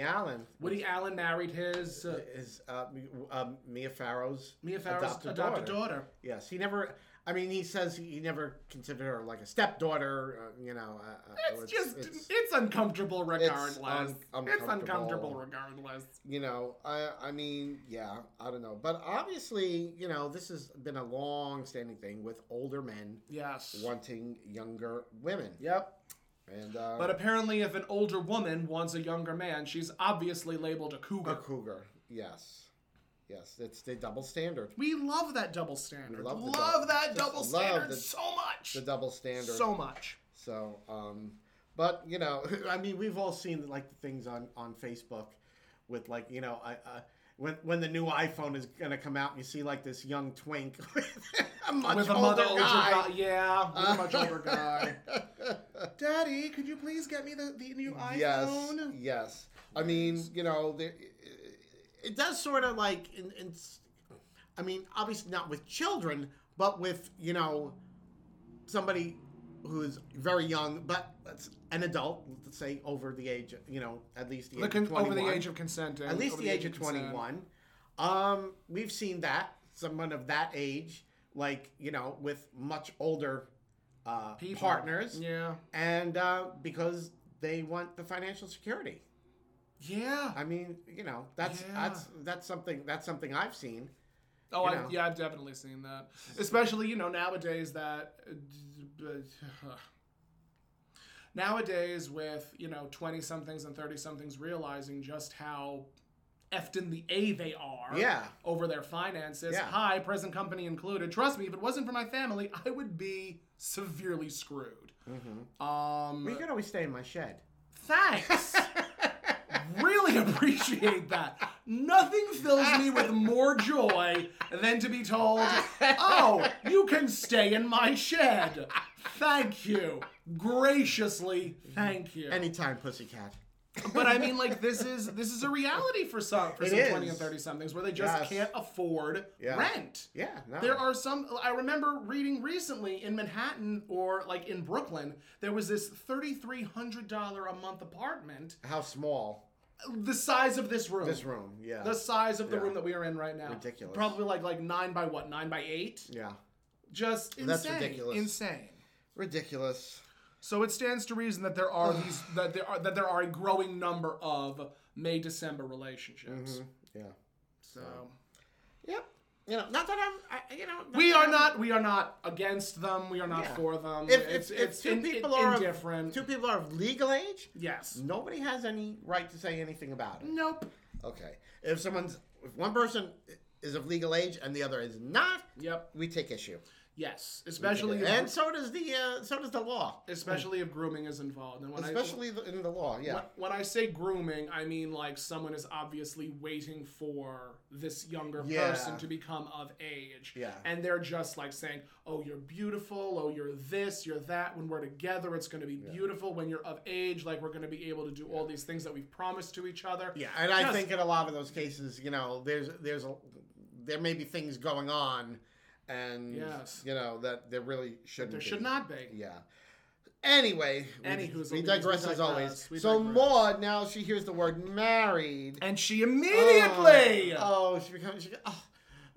Woody Allen Allen married his uh, is uh, um, Mia Farrow's Mia Farrow's adopted, daughter. Yes, he never. I mean, he says he never considered her like a stepdaughter. Uh, you know, uh, uh, It's, just it's, uncomfortable regardless. un- it's uncomfortable. uncomfortable regardless. you know. I I mean, yeah, I don't know, but obviously, you know, this has been a long-standing thing with older men Yes. wanting younger women, Yep. and uh, But apparently, if an older woman wants a younger man, she's obviously labeled a cougar. A cougar, yes. Yes, it's the double standard. We love that double standard. We love love the double- that just double love standard the- so much. The double standard. So much. So, um, but you know, [LAUGHS] I mean, we've all seen like the things on on Facebook with like you know, I, I when when the new iPhone is gonna come out, and you see like this young twink [LAUGHS] with a much With a older mother older guy. guy. Yeah, with a [LAUGHS] much older guy. Daddy, could you please get me the, the new iPhone? Yes, yes. I mean, you know, there, it does sort of like, in, in, I mean, obviously not with children, but with you know, somebody who's very young, but that's an adult, let's say over the age, you know, at least the The age con- of over 21. the age of consent. at least the, age of 21. Um, we've seen that someone of that age, like you know, with much older uh, partners Yeah. and uh, because they want the financial security. Yeah. I mean, you know, that's Yeah. that's that's something that's something I've seen. Oh, you I, know. yeah, I've definitely seen that. Especially, you know, nowadays that. [SIGHS] nowadays, with, you know, 20 somethings and 30 somethings realizing just how effed in the A they are Yeah. over their finances, Yeah. hi, present company included. Trust me, if it wasn't for my family, I would be severely screwed. Um, Well, you can always stay in [LAUGHS] my shed. Thanks. really appreciate that. Nothing fills me with more joy than to be told, oh, you can stay in my shed. Thank you. Graciously, thank you. Anytime, pussycat. but I mean, like this is this is a reality for some for It some is. twenty and thirty somethings where they just Yes. can't afford Yeah. rent. Yeah, no. There are some. I remember reading recently in Manhattan or like in Brooklyn, there was this thirty-three hundred dollar a month apartment, how small the size of Oh. this room. this room? Yeah, The size of the Yeah. room that we are in right now. Ridiculous. Probably like like nine by what? Nine by eight. yeah, Just insane. That's ridiculous. Insane. ridiculous. So it stands to reason that there [SIGHS] are these that there are that there are a growing number of May December relationships. Yeah, So yep. You know, not that I'm, I, you know, not we that are I'm- not we are not against them. We are not Yeah. for them. If it's if, it's if two in- people in- are of- indifferent. two people are of legal age, yes. nobody has any right to say anything about it. Nope. Okay. If someone's if one person is of legal age and the other is not, Yep. we take issue. Yes, especially if, and so does the uh, so does the law, especially if grooming is involved. And when especially the- in the law. I Yeah, when- when I say grooming, I mean like someone is obviously waiting for this younger Yeah. person to become of age. Yeah. And they're just like saying, "Oh, you're beautiful. Oh, you're this. You're that. When we're together, it's going to be beautiful. When you're of age, like we're going to be able to do all these things that we've promised to each other." yeah. And I Just- think in a lot of those cases, you know, there's there's a there may be things going on, and Yes. you know that there really shouldn't. There be. should not be. Yeah. Anyway, we- Anywho's we, always- digress we as digress, always. we So digress. Maud now she hears the word married. And she immediately. Oh, oh, she becomes she, oh,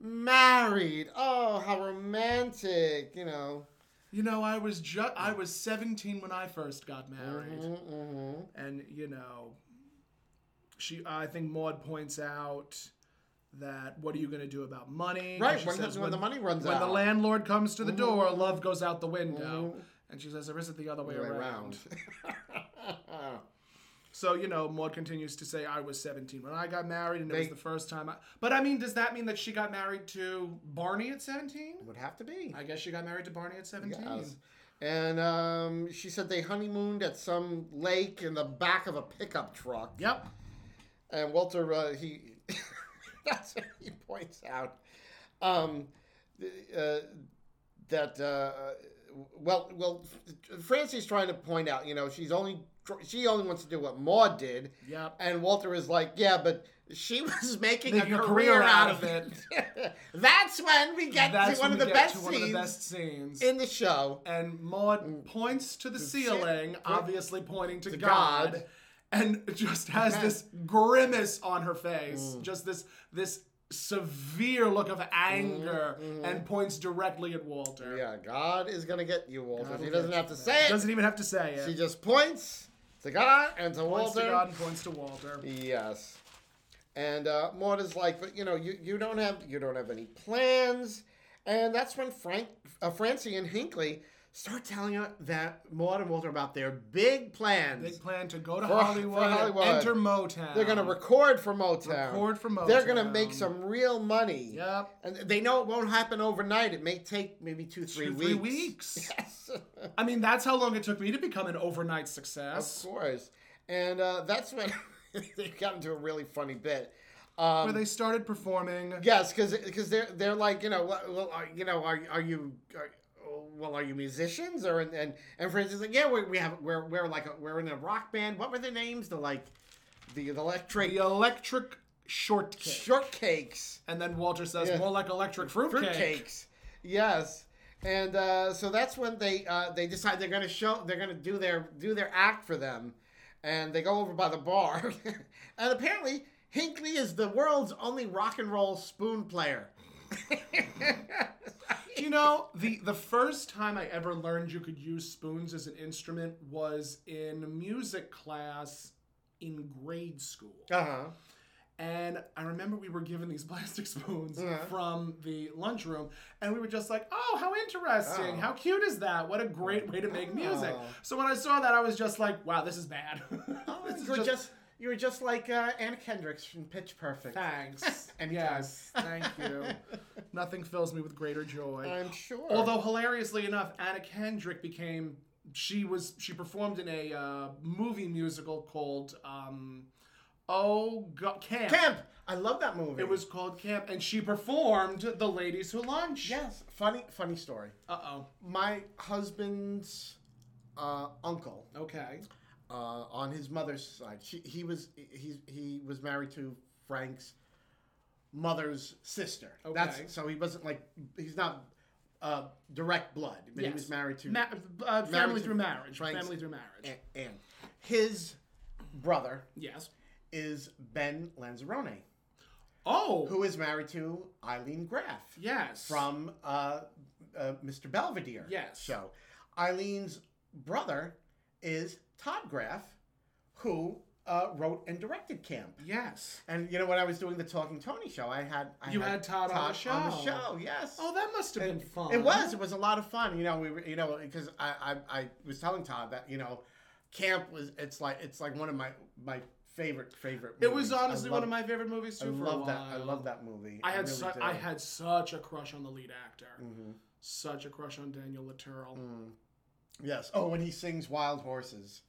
married. Oh, how romantic, you know. You know, I was ju- I was 17 when I first got married. Mm-hmm. and you know she i think maud points out that what are you going to do about money 'Cause Right, she when, says the, when the money runs when out. Mm-hmm. the landlord comes to the door love goes out the window and she says there isn't the other way, Other way around. around. [LAUGHS] so you know maud continues to say i was 17 when i got married and it was They- the first time i but i mean does that mean that she got married to barney at 17 [LAUGHS] Would have to be. i guess she got married to barney at 17 Yes. And um, she said they honeymooned at some lake in the back of a pickup truck. yep And Walter, uh, he [LAUGHS] that's what he points out um, th- uh, that uh, well, well, Francie's trying to point out, you know, she's only tr- she only wants to do what Maud did, yep and Walter is like, yeah, but she [LAUGHS] was making, Making a, career, out of it. it. [LAUGHS] that's when we get that's to one when of we the get best to scenes one of the best scenes in the show. and Maud points to the ceiling, obviously pointing to, God, God. and [LAUGHS] just has this grimace on her Mm. face, just this this severe look of anger, and points directly at Walter. Mm, Yeah, God is gonna get you, Walter. God will she doesn't get have you. to say it. Doesn't even have to say it. She just points to God and to points Walter. to God and points to Walter. Yes. And uh, Maud is like, but you know, you, you don't have you don't have any plans, and that's when Frank, uh, Francie and Hinkley start telling her that Maud and Walter about their big plans. Big plan to go to For- for Hollywood, and Hollywood. enter Motown. They're gonna record for Motown. Record for They're gonna Motown. make some real money. Yep. And they know it won't happen overnight. It may take maybe two, three Two, weeks. three weeks. [LAUGHS] Yes. I mean, that's how long it took me to become an overnight of success. course. And uh, that's when [LAUGHS] they got into a really funny bit. Um, Where they started performing. Yes, because they're they're like you know "Well, well are, you know are are you are, well are you musicians or and and, and for instance like yeah we, we have we're we're like a, we're in a rock band what were their names the like the, the electric The electric shortcake. shortcakes And then Walter says, Yeah. more like electric fruitcake. fruitcakes yes and uh, so that's when they uh, they decide they're gonna show they're gonna do their do their act for them and they go over by the bar [LAUGHS] and apparently Hinkley is the world's only rock and roll spoon player. [LAUGHS] You know, the, the first time I ever learned you could use spoons as an instrument was in music class in grade school. Uh huh. And I remember we were given these [LAUGHS] plastic spoons Uh-huh. from the lunchroom, and we were just like, oh, how interesting. Oh. How cute is that? What a great way to make music. Oh. So when I saw that, I was just like, wow, this is bad. [LAUGHS] Oh, This is you were just, you were just like uh, Anna Kendricks from Pitch Perfect. Thanks. and [LAUGHS] yes, thank you. [LAUGHS] Nothing fills me with greater joy. I'm sure. Although hilariously enough, Anna Kendrick became she was she performed in a uh, movie musical called um, Oh God, Camp. Camp, I love that movie. It was called Camp, and she performed The Ladies Who Lunch. yes. Funny, funny story. Uh oh. My husband's uh, uncle Okay. uh, on his mother's side. She, he was he, he was married to Frank's mother's sister. Okay. That's so he wasn't like he's not uh, direct blood, but he Yes. was married to Ma- uh, family to through marriage. Frank's- Family through marriage. Aunt Anne. His brother Yes. is Ben Lanzarone. Oh. who is married to Eileen Graff yes. from uh, uh, Mr. Belvedere. Yes. So Eileen's brother is Todd Graff, who uh, wrote and directed Camp. Yes. And you know when I was doing the Talking Tony show, I had I You had Todd on the on show. the show. Yes. Oh, that must have been fun. It was. It was a lot of fun. You know, we were, you know because I, I I was telling Todd that you know, camp was it's like it's like one of my my favorite favorite. It was movies. I honestly love- one of my favorite movies I too. for a love that. I while. love that movie. I had really su- do. I had such a crush on the lead actor. Mhm. such a crush on Daniel Laturl. Mm, Yes. Oh, when he sings Wild Horses.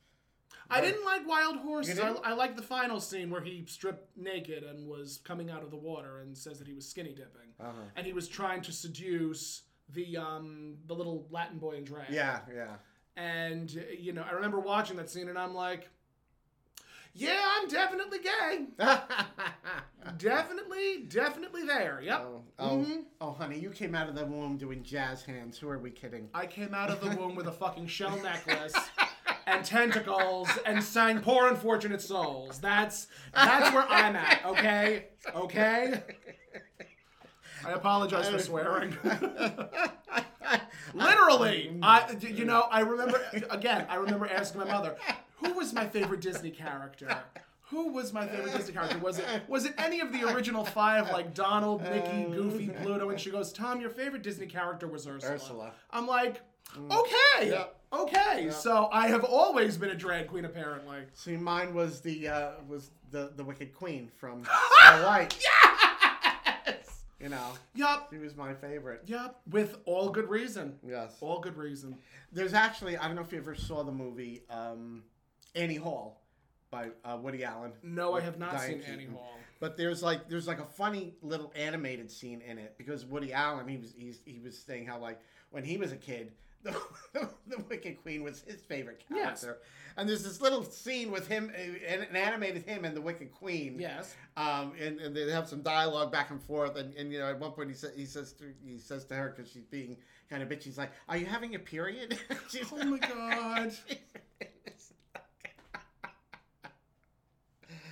I didn't like Wild Horses. You I, didn't? I liked the final scene where he stripped naked and was coming out of the water and says that he was skinny dipping. Uh-huh. And he was trying to seduce the um the little Latin boy in drag. Yeah, [LAUGHS] yeah. And uh, you know, I remember watching that scene and I'm like, yeah, I'm definitely [LAUGHS] gay. Oh, definitely, definitely there. Yep. oh, oh, Mm-hmm. oh, honey, you came out of the womb doing jazz hands. Who are we kidding? I came out of the womb with a fucking shell necklace and tentacles and sang "Poor Unfortunate Souls." That's that's where I'm at. Okay, okay. I apologize for [LAUGHS] swearing. [LAUGHS] Mm. Literally, I d- you know I remember again. I remember asking my mother, "Who was my favorite Disney character?" Who was my favorite Disney character? Was it was it any of the original five like Donald, Uh. Mickey, Goofy, Pluto? And she goes, "Tom, your favorite Disney character was Ursula." Ursula. Mm. I'm like, okay, Yeah. okay. So I have always been a drag queen, apparently. See, mine was the uh, was the the Wicked Queen [LAUGHS] from Snow White. Yes. You know, Yup. she was my favorite. Yup. With all good reason. Yes. All good reason. There's actually I don't know if you ever saw the movie um, Annie Hall by uh, Woody Allen. No, I have not Diane seen Keaton. Annie Hall. But there's like there's like a funny little animated scene in it because Woody Allen he was he's, he was saying how like when he was a kid [LAUGHS] the, the Wicked Queen was his favorite Yes. character and there's this little scene with him uh, an, an animated him and the Wicked Queen Yes. um, and, and they have some dialogue back and forth. And, and you know, at one point he says he says to, he says to her because she's being kind of bitchy. He's like, "Are you having a period?" [LAUGHS] she's Oh my god.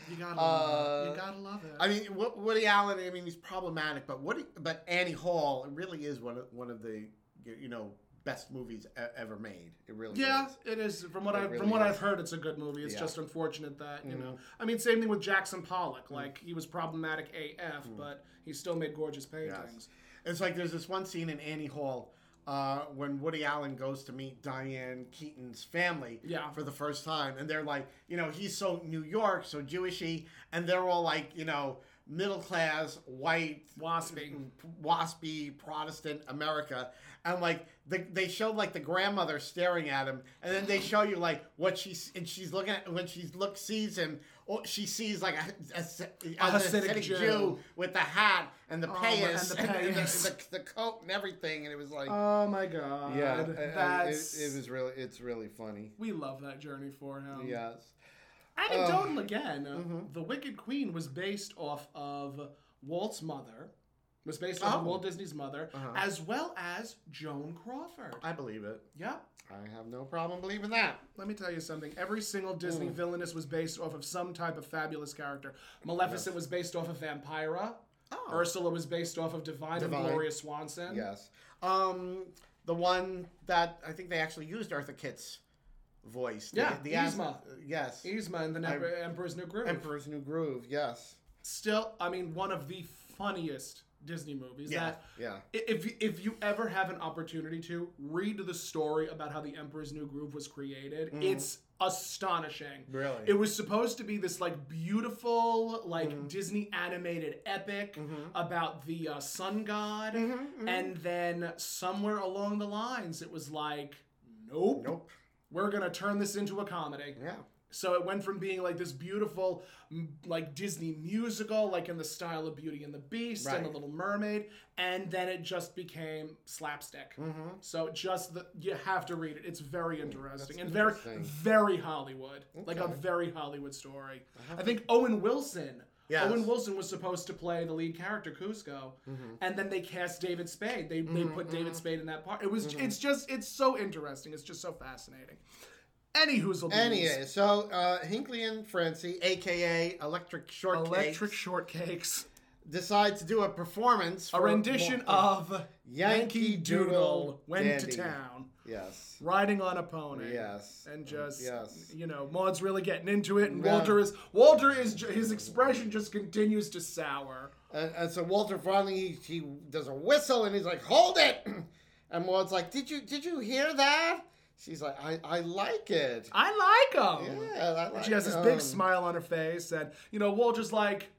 You gotta love it. You Uh, gotta love it. [LAUGHS] I mean, Wo- Woody Allen. I mean, he's problematic, but Woody, but Annie Hall really is one of one of the you know best movies e- ever made. It really yeah, is. it is. From what It I really from what is. I've heard, it's a good movie. It's Yeah. Mm-hmm. just unfortunate that you know. I mean, same thing with Jackson Pollock. Mm. Like he was problematic AF, but he still made gorgeous paintings. It's like there's this one scene in Annie Hall uh, when Woody Allen goes to meet Diane Keaton's family Yeah. for the first time, and they're like, you know, he's so New York, so Jewishy, and they're all like, you know, middle class, white, Waspy. waspy Protestant America, and like the, they showed like the grandmother staring at him, and then they show you like what she's and she's looking at when she look sees him, oh, she sees like a, a, a Hasidic Hasidic Jew. Jew with the hat and the Oh, payas and [LAUGHS] and, the and the, payas. the, the coat and everything, and it was like Oh my god. yeah, and- and That's it, it was really it's really funny. we love that journey for him. Yes, Anecdotal again, Mm-hmm. The Wicked Queen was based off of Walt's mother, was based off of Oh. Walt Disney's mother, as well as Joan Crawford. I believe it. Yep. I have no problem believing that. Let me tell you something. Every single Disney Mm. villainess was based off of some type of fabulous character. Maleficent was based off of Vampira. Oh. Ursula was based off of Divine, and Divine. Gloria Swanson. Yes. Um, the one that I think they actually used Arthur Kitt's voice. The- Yeah, the, Yzma. yes. Yzma and the Never- Emperor's New Groove. Emperor's New Groove. Yes. Still, I mean, one of the funniest Disney movies. That Yeah. I- if if you ever have an opportunity to read the story about how the Emperor's New Groove was created, Mm. it's astonishing. Really? It was supposed to be this like beautiful, like Disney animated epic about the uh, sun god, Mm-hmm. and then somewhere along the lines, it was like, nope, Nope. we're gonna turn this into a comedy. Yeah. So it went from being like this beautiful, m- like Disney musical, like in the style of Beauty and the Beast and The Right. Little Mermaid, and then it just became slapstick. Mm-hmm. So just the you have to read it. It's very interesting and very, interesting. very Hollywood, like a Okay. Uh-huh. very Hollywood story. I think Owen Wilson. Yes. Owen Wilson was supposed to play the lead character Cusco, Mm-hmm. and then they cast David Spade. They they put David Spade in that part. It was Mm-hmm. it's just it's so interesting. It's just so fascinating. Any who's Anyway, so uh, Hinkley and Francie, aka Electric Shortcake, Electric Shortcakes. decides to do a performance, A for- rendition of Yankee Yankee Doodle Doodle went to Dandy. town, Yes. riding on a pony. Yes. And just, Yes. you know, Maud's really getting into it, and Yeah. Walter is, Walter is, ju- his expression just continues to sour. And, and so Walter finally he, he does a whistle and he's like, "Hold it!" [CLEARS THROAT] And Maud's like, "Did you did you hear that?" She's like, "I, I like it." I like him. Yeah, I like She has this big um, smile on her face, and, you know, Walter's like,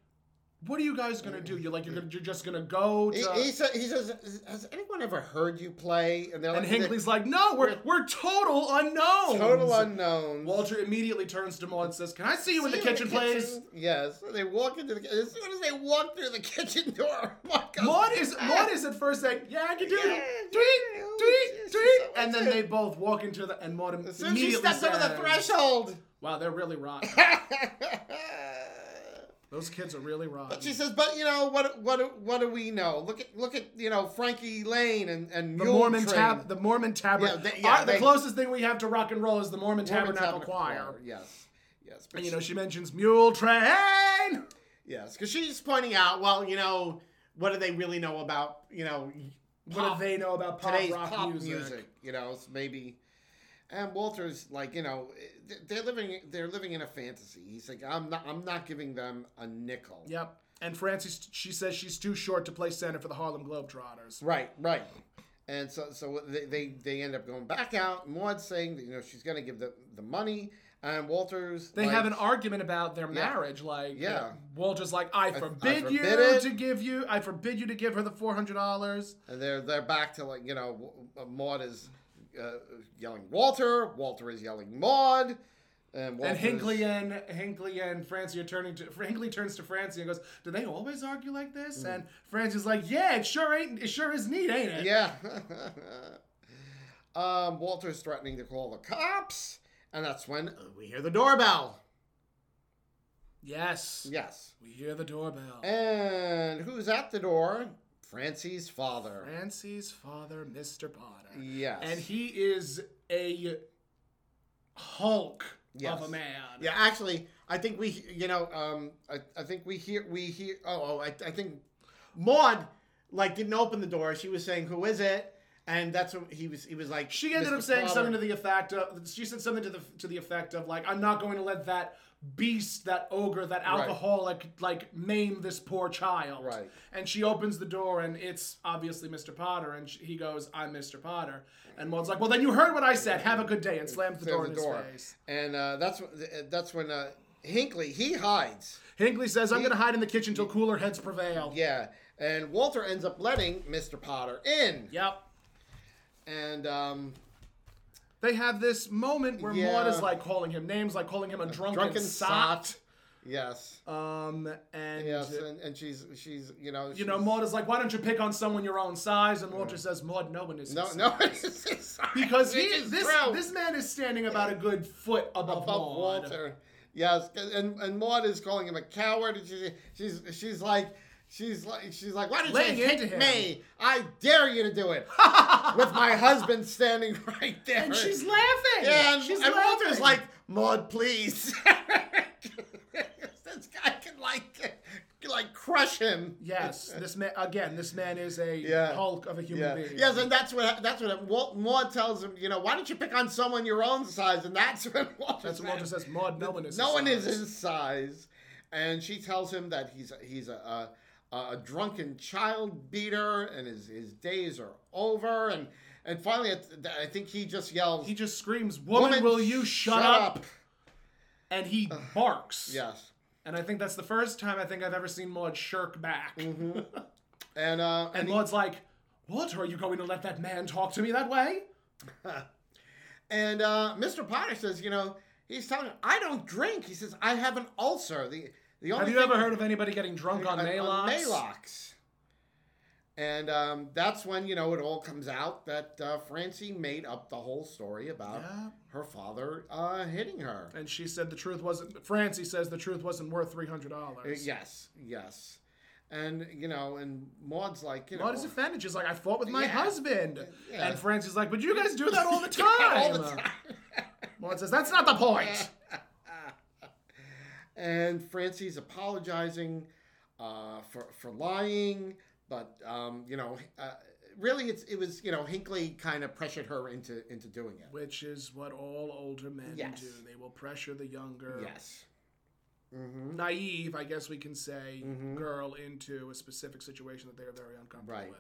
what are you guys gonna do? You're like, you're gonna, you're just gonna go. To, He, he, sa- he says, "Has anyone ever heard you play?" And they're and like, Hinckley's like, no, we're we're total unknowns. "Total unknown." Walter immediately turns to Maud and says, "Can I see you in the kitchen, please?" Yes. So they walk into the ki- as soon as they walk through the [LAUGHS] kitchen door, oh Maud goes, Maud is "Ah." Maud is at first like, "Yeah, I can do Yeah, it." yeah, Tweet, yeah, tweet, tweet, yeah. and then they both walk into the and Maud As soon as immediately she steps says, over the threshold. [LAUGHS] Wow, they're really rotten. but Those kids are really rotten. she says, "But you know what? What? What do we know? Look at look at you know Frankie Lane and and the Mule Mormon Train. tab, the Mormon Yeah, tabernacle. they- yeah, the they- closest thing we have to rock and roll is the Mormon, Mormon Tabernacle, Choir. Yes, yes. But And you she- know, she mentions Mule Train. Yes, because she's pointing out, well, you know, what do they really know about, you know, What pop- do they know about pop today's rock pop music? music? You know, it's maybe. And Walter's like, you know, th- they're living, they're living in a fantasy. He's like, I'm not, I'm not giving them a nickel. Yep. And Francie, she says she's too short to play center for the Harlem Globetrotters. Right, right. And so, so they, they, they end up going back out. Maud's saying that you know she's going to give the the money, and Walter's They like, have an argument about their marriage. Like, Yeah. Walter's like, I forbid, you forbid it." to give you, I forbid you to give her the four hundred dollars. And they're they're back to like you know w- uh, Maud is uh, yelling Walter, Walter is yelling Maud, and, And Walter's- Hinkley and Hinkley and Francie are turning to Hinkley turns to Francie and goes, "Do they always argue like this?" And Francie's like, "Yeah, it sure ain't. It sure is neat, ain't it?" Mm. yeah. [LAUGHS] um, Walter's threatening to call the cops, and that's when we hear the doorbell. Yes. Yes, We hear the doorbell. and who's at the door? Francie's father. Francie's father, Mr. Potter. Yes, And he is a Hulk Yes. of a man. Yeah, actually, I think we, you know, um, I, I think we hear, we hear, oh, oh I, I think Maud, like, didn't open the door. She was saying, who is it? And that's what he was, he was like, She ended "Mr. up saying Potter." something to the effect of she said something to the to the effect of like I'm not going to let that beast, that ogre, that Right. alcoholic like maim this poor child. Right. And she opens the door and it's obviously Mr. Potter and she, he goes I'm Mr. Potter and Maud's like well then you heard what I said have a good day and slams the Slams door the in his door. face. And uh, that's, wh- that's when uh, Hinkley, he hides. Hinkley says I'm going to hide in the kitchen till cooler heads prevail. Yeah. And Walter ends up letting Mr. Potter in. Yep. And, um, They have this moment where Yeah. Maud is like calling him names, like calling him a drunken, drunken sot. sot. yes. Um, and Yes. And, and she's, she's, you know, you know, Maud is like, "Why don't you pick on someone your own size?" And Walter says, "Maud, no one is no, his no, [LAUGHS] size." because he Which is this true. this man is standing about a good foot above, above Maud. Walter. Yes, and and Maud is calling him a coward, and she, she's she's like she's like she's like, why did Laying you hit into him. me? I dare you to [LAUGHS] do it with my husband standing [LAUGHS] right there. and she's laughing. yeah, and, she's and laughing. Walter's like, Maud, please. [LAUGHS] this guy can like can, like crush him. [LAUGHS] "Yes, this man again. This man is a Yeah. hulk of a human Yeah. being." Yes, and that's what that's what Walt, Maud tells him. You know, why don't you pick on someone your own size? And that's [LAUGHS] when Walter that's what Walter says. Maud, no one is. no his one is size." his size, and she tells him that he's he's a, a, a drunken child beater, and his, his days are over. And and finally, at th- I think he just yells, He just screams, "Woman, will you shut, up? And he barks. Yes, And I think that's the first time I think I've ever seen Maud shirk back. and uh, And Mm-hmm. and, Maud's like, "What? Are you going to let that man talk to me that way?" and uh, Mr. Potter says, you know, he's telling him, I don't drink. He says, I have an ulcer. The the only Have you thing- ever heard of anybody getting drunk on, on- Maylocks? on Maylocks. And um, that's when you know it all comes out that uh, Francie made up the whole story about Yeah. her father uh, hitting her. And she said the truth wasn't. Francie says the truth wasn't worth three hundred dollars. Yes, yes. And you know, and Maud's like, you know, Maud is offended. She's like, "I fought with my Yeah. husband." Yeah. And Francie's like, "But you guys do that all [LAUGHS] the time." all the time. [LAUGHS] Maud says, "That's not the point." and Francie's apologizing uh, for for lying, but um, you know, uh, really, it's it was you know Hinkley kind of pressured her into into doing it. Which is what all older men Yes. do. They will pressure the younger, Yes. Mm-hmm. naive, I guess we can say, girl into a specific situation that they are very uncomfortable Right. with.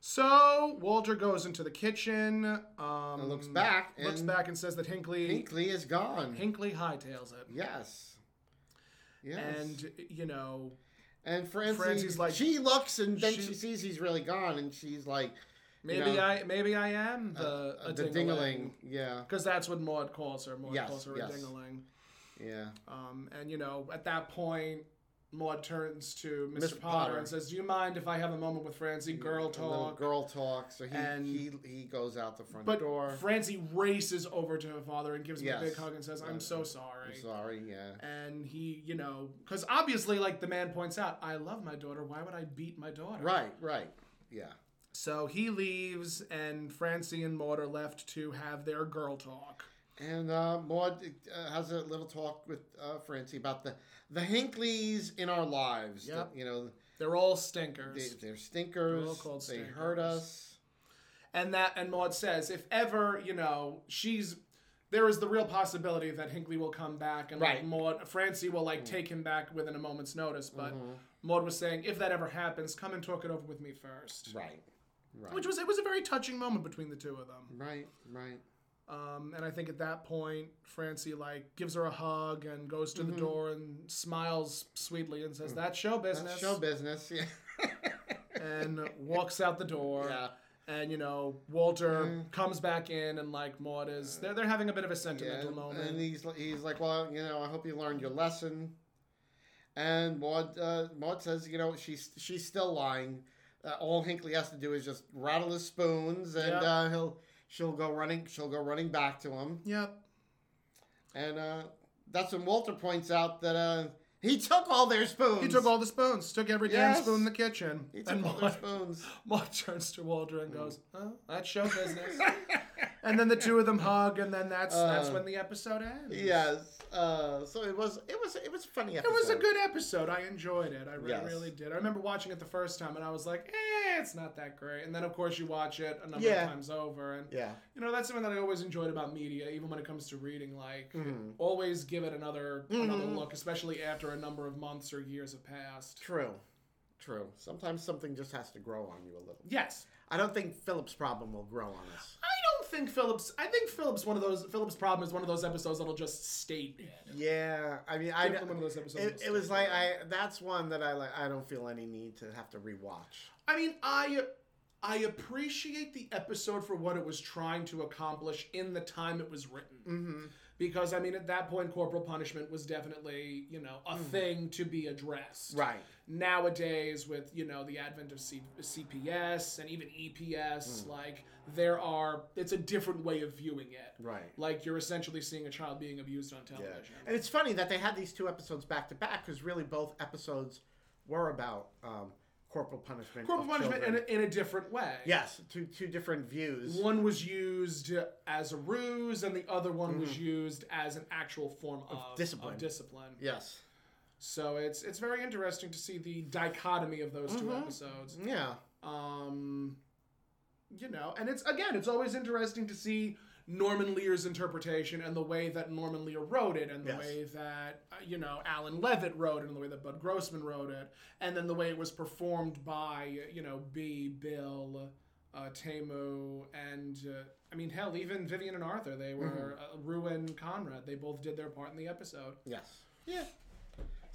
So Walter goes into the kitchen, um, And looks back looks and- back, and says that Hinkley Hinkley is gone. Hinkley hightails it. yes. Yes. And you know, And Francie, Francie's like- she looks and then she, she- sees he's really gone, and she's like, Maybe know, uh, I maybe I am the a, the dingaling. Yeah, because that's what Maud calls her. Maud Yes, calls her yes. a dingaling. yeah. Um, and you know, at that point, Maud turns to Mr. Mr. Potter, Potter. Mm, and says, "Do you mind if I have a moment with Francie? Girl A little talk." girl talk. So he, And- he he goes out the front But door. Francie races over to her father and gives him Yes. a big hug and says, "I'm so sorry." I'm sorry, yeah. And he, you know, because obviously, like the man points out, I love my daughter. Why would I beat my daughter? Right, right, yeah. So he leaves, and Francie and Maud are left to have their girl talk. And uh, Maud uh, has a little talk with uh, Francie about the the Hinkleys in our lives. Yep. The- you know, They're all they, stinkers. they're stinkers. They're all called They hurt stinkers. us. and that and Maud says, if ever, you know, she's there is the real possibility that Hinkley will come back and Right. Mm. like Maud Francie will like take him back within a moment's notice. But Mm-hmm. Maud was saying, if that ever happens, come and talk it over with me first. Right, right, Which was it was a very touching moment between the two of them. right, right. Um, and I think at that point, Francie like gives her a hug and goes to Mm-hmm. the door and smiles sweetly and says, "That's show business," Mm. That's show business. Yeah, [LAUGHS] and walks out the door. yeah, Mm-hmm. And you know, Walter comes back in, and like Maud is, they're they're having a bit of a sentimental yeah. moment. And he's li- he's like, well, you know, I hope you learned your lesson. And Maud uh, Maud says, you know, she's she's still lying. Uh, all Hinkley has to do is just rattle his spoons, and Yeah. uh, he'll she'll go running she'll go running back to him. Yep. And uh, that's when Walter points out that uh, he took all their spoons. He took all the spoons, took every Yes. damn spoon in the kitchen. He took and all their Maud, [LAUGHS] spoons. Mm. Maud turns to Walter and goes, oh, that's show [LAUGHS] business. and then the two of them hug, and then that's that's Uh, when the episode ends. yes. Uh, so it was it was it was a funny. It Episode. was a good episode. I enjoyed it. I re- Yes. really did. I remember watching it the first time, and I was like, eh, it's not that great. And then, of course, you watch it a number Yeah. of times over, and Yeah. You know, that's something that I always enjoyed about media, even when it comes to reading. Like, Mhm. always give it another another Mhm. look, especially after a number of months or years have passed. True. True. Sometimes something just has to grow on you a little. Yes, I don't think Philip's problem will grow on us. I don't think Phillips. I think Phillips one of those Phillips' problem is one of those episodes that'll just stay dead. Yeah, I mean, I Give them one of those episodes it, that'll it was stay like I dead. that's one that I like. I don't feel any need to have to rewatch. I mean, I I appreciate the episode for what it was trying to accomplish in the time it was written. Mm-hmm. Because I mean, at that point, corporal punishment was definitely you know a thing to be addressed. Right. nowadays with you know the advent of C- CPS and even EPS Hmm. like there are it's a different way of viewing it Right. like you're essentially seeing a child being abused on Yeah. television And it's funny that they had these two episodes back to back because really both episodes were about um, corporal punishment. corporal of punishment in a, children. in a different way yes, two two different views. one was used as a ruse and the other one was used as an actual form of, Mm-hmm. discipline. of discipline Yes. so it's it's very interesting to see the dichotomy of those two Mhm. episodes Yeah. um you know and it's again it's always interesting to see norman lear's interpretation and the way that norman lear wrote it and the Yes. way that uh, you know alan levitt wrote it and the way that bud grossman wrote it and then the way it was performed by you know b bill uh, Tamu and uh, I mean hell even Vivian and Arthur they were Mm-hmm. uh, Rue and Conrad they both did their part in the episode Yes. Yeah.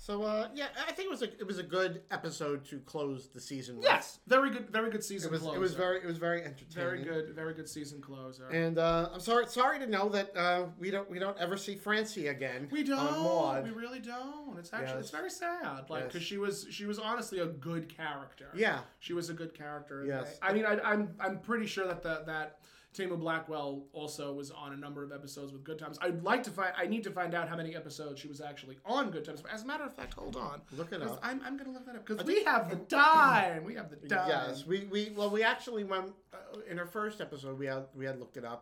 So uh, yeah, I think it was a it was a good episode to close the season. with. very good very good season It was closer it was very it was very entertaining. very good very good season closer And uh, I'm sorry sorry to know that uh, we don't we don't ever see Francie again. We don't. On Maud. We really don't. It's actually it's Yes. very sad. Like Yes. because she was she was honestly a good character. yeah. She was a good character. Yes. I mean, I, I'm I'm pretty sure that the, that Tamu Blackwell also was on a number of episodes with Good Times. I'd like to find. I need to find out how many episodes she was actually on Good Times. As a matter of fact, hold on. Look it 'Cause up. I'm, I'm gonna look that up because we have the time. We have the time. Yes, we, we well we actually went uh, in our first episode we had we had looked it up,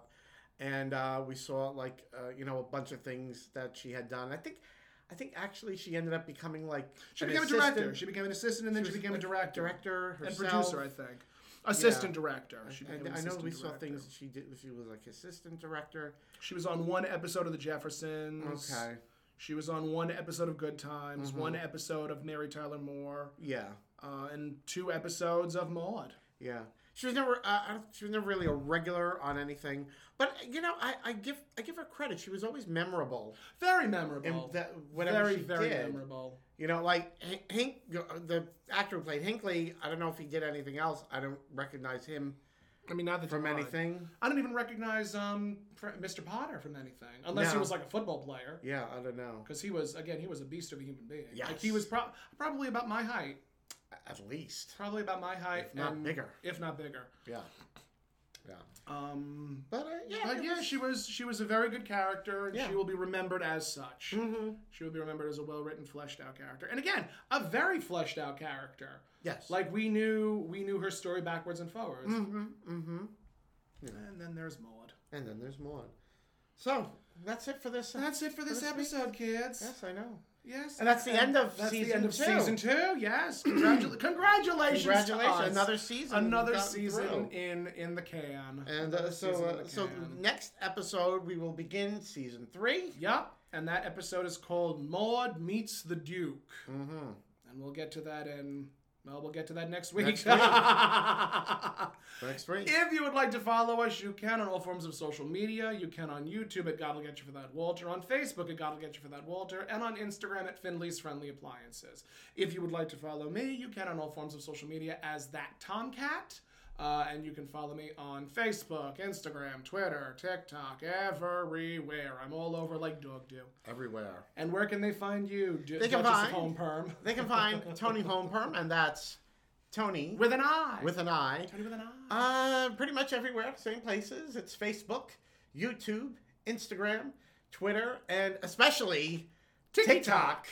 and uh, we saw like uh, you know a bunch of things that she had done. I think, I think actually she ended up becoming like She an became a director. assistant She became an assistant, and then she, was became a like director, director and herself. producer, I think. Assistant director. She became an I, I know assistant we saw director. things she did. She was like assistant director. She was on one episode of The Jeffersons. Okay. Mm-hmm. She was on one episode of Good Times, one episode of Mary Tyler Moore, Yeah. uh, and two episodes of Maud. Yeah. She was never. Uh, I don't- she was never really a regular on anything. But uh, you know, I, I give I give her credit. She was always memorable. Very in memorable. that, whatever very, she very did. memorable. You know, like H- Hink, the actor who played Hinkley. I don't know if he did anything else. I don't recognize him I mean, not that from you want. anything. I don't even recognize um, Fr- Mr. Potter from anything, unless he No. was like a football player. Yeah, I don't know. Because he was, again, he was a beast of a human being. Like he Yes. was pro- probably about my height, At least, probably about my height, if not and- bigger. if not bigger. Yeah, yeah. Um, But uh, yeah, but it yeah, was- she was she was a very good character, and Yeah. she will be remembered as such. Mhm. She will be remembered as a well written, fleshed out character, and again, a very fleshed out character. Yes. Like we knew we knew her story backwards and forwards, Mm-hmm. Mm-hmm. and then there's Maud. And then there's more. So that's it for this. That's it for this That's it. episode, kids. yes, I know. Yes, And that's the end of that's the season end of two. season two. Yes, Congratu- [CLEARS THROAT] congratulations! to Congratulations! us. Another season. another gotten season through. in in the can. And Another uh, so, season in uh, the so can. next episode we will begin season three. Yep, and that episode is called Maud Meets the Duke. Mm-hmm. And we'll get to that in, well, we'll get to that next week. Next Next week. [LAUGHS] if you would like to follow us, you can on all forms of social media. You can on YouTube at God'll Get You For That Walter, on Facebook at God'll Get You For That Walter, and on Instagram at Findley's Friendly Appliances. If you would like to follow me, you can on all forms of social media as that Tomcat. Uh, and you can follow me on Facebook, Instagram, Twitter, TikTok, everywhere. I'm all over like dog do. Everywhere. And where can they find you? Do, They can Duchess of find- home perm They can [LAUGHS] find Tony Holmperm, and that's Tony with, with an eye. an I. Tony with an eye. Uh, pretty much everywhere, same places. It's Facebook, YouTube, Instagram, Twitter, and especially TikTok.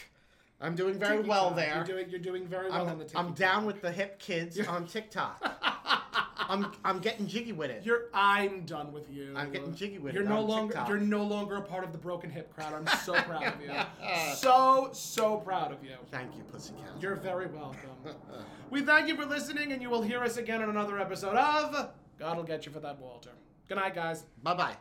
I'm doing very TikTok. well there. You're doing, you're doing very well I'm, on the TikTok. I'm down with the hip kids [LAUGHS] on TikTok. I'm I'm getting jiggy with it. You're. I'm done with you. I'm getting jiggy with You're it no on longer. TikTok. You're no longer a part of the broken hip crowd. I'm [LAUGHS] so proud of you. So so proud of you. Thank you, Pussycat. You're very [LAUGHS] welcome. We thank you for listening, and you will hear us again on another episode of God'll get you for that, Walter. Good night, guys. Bye bye.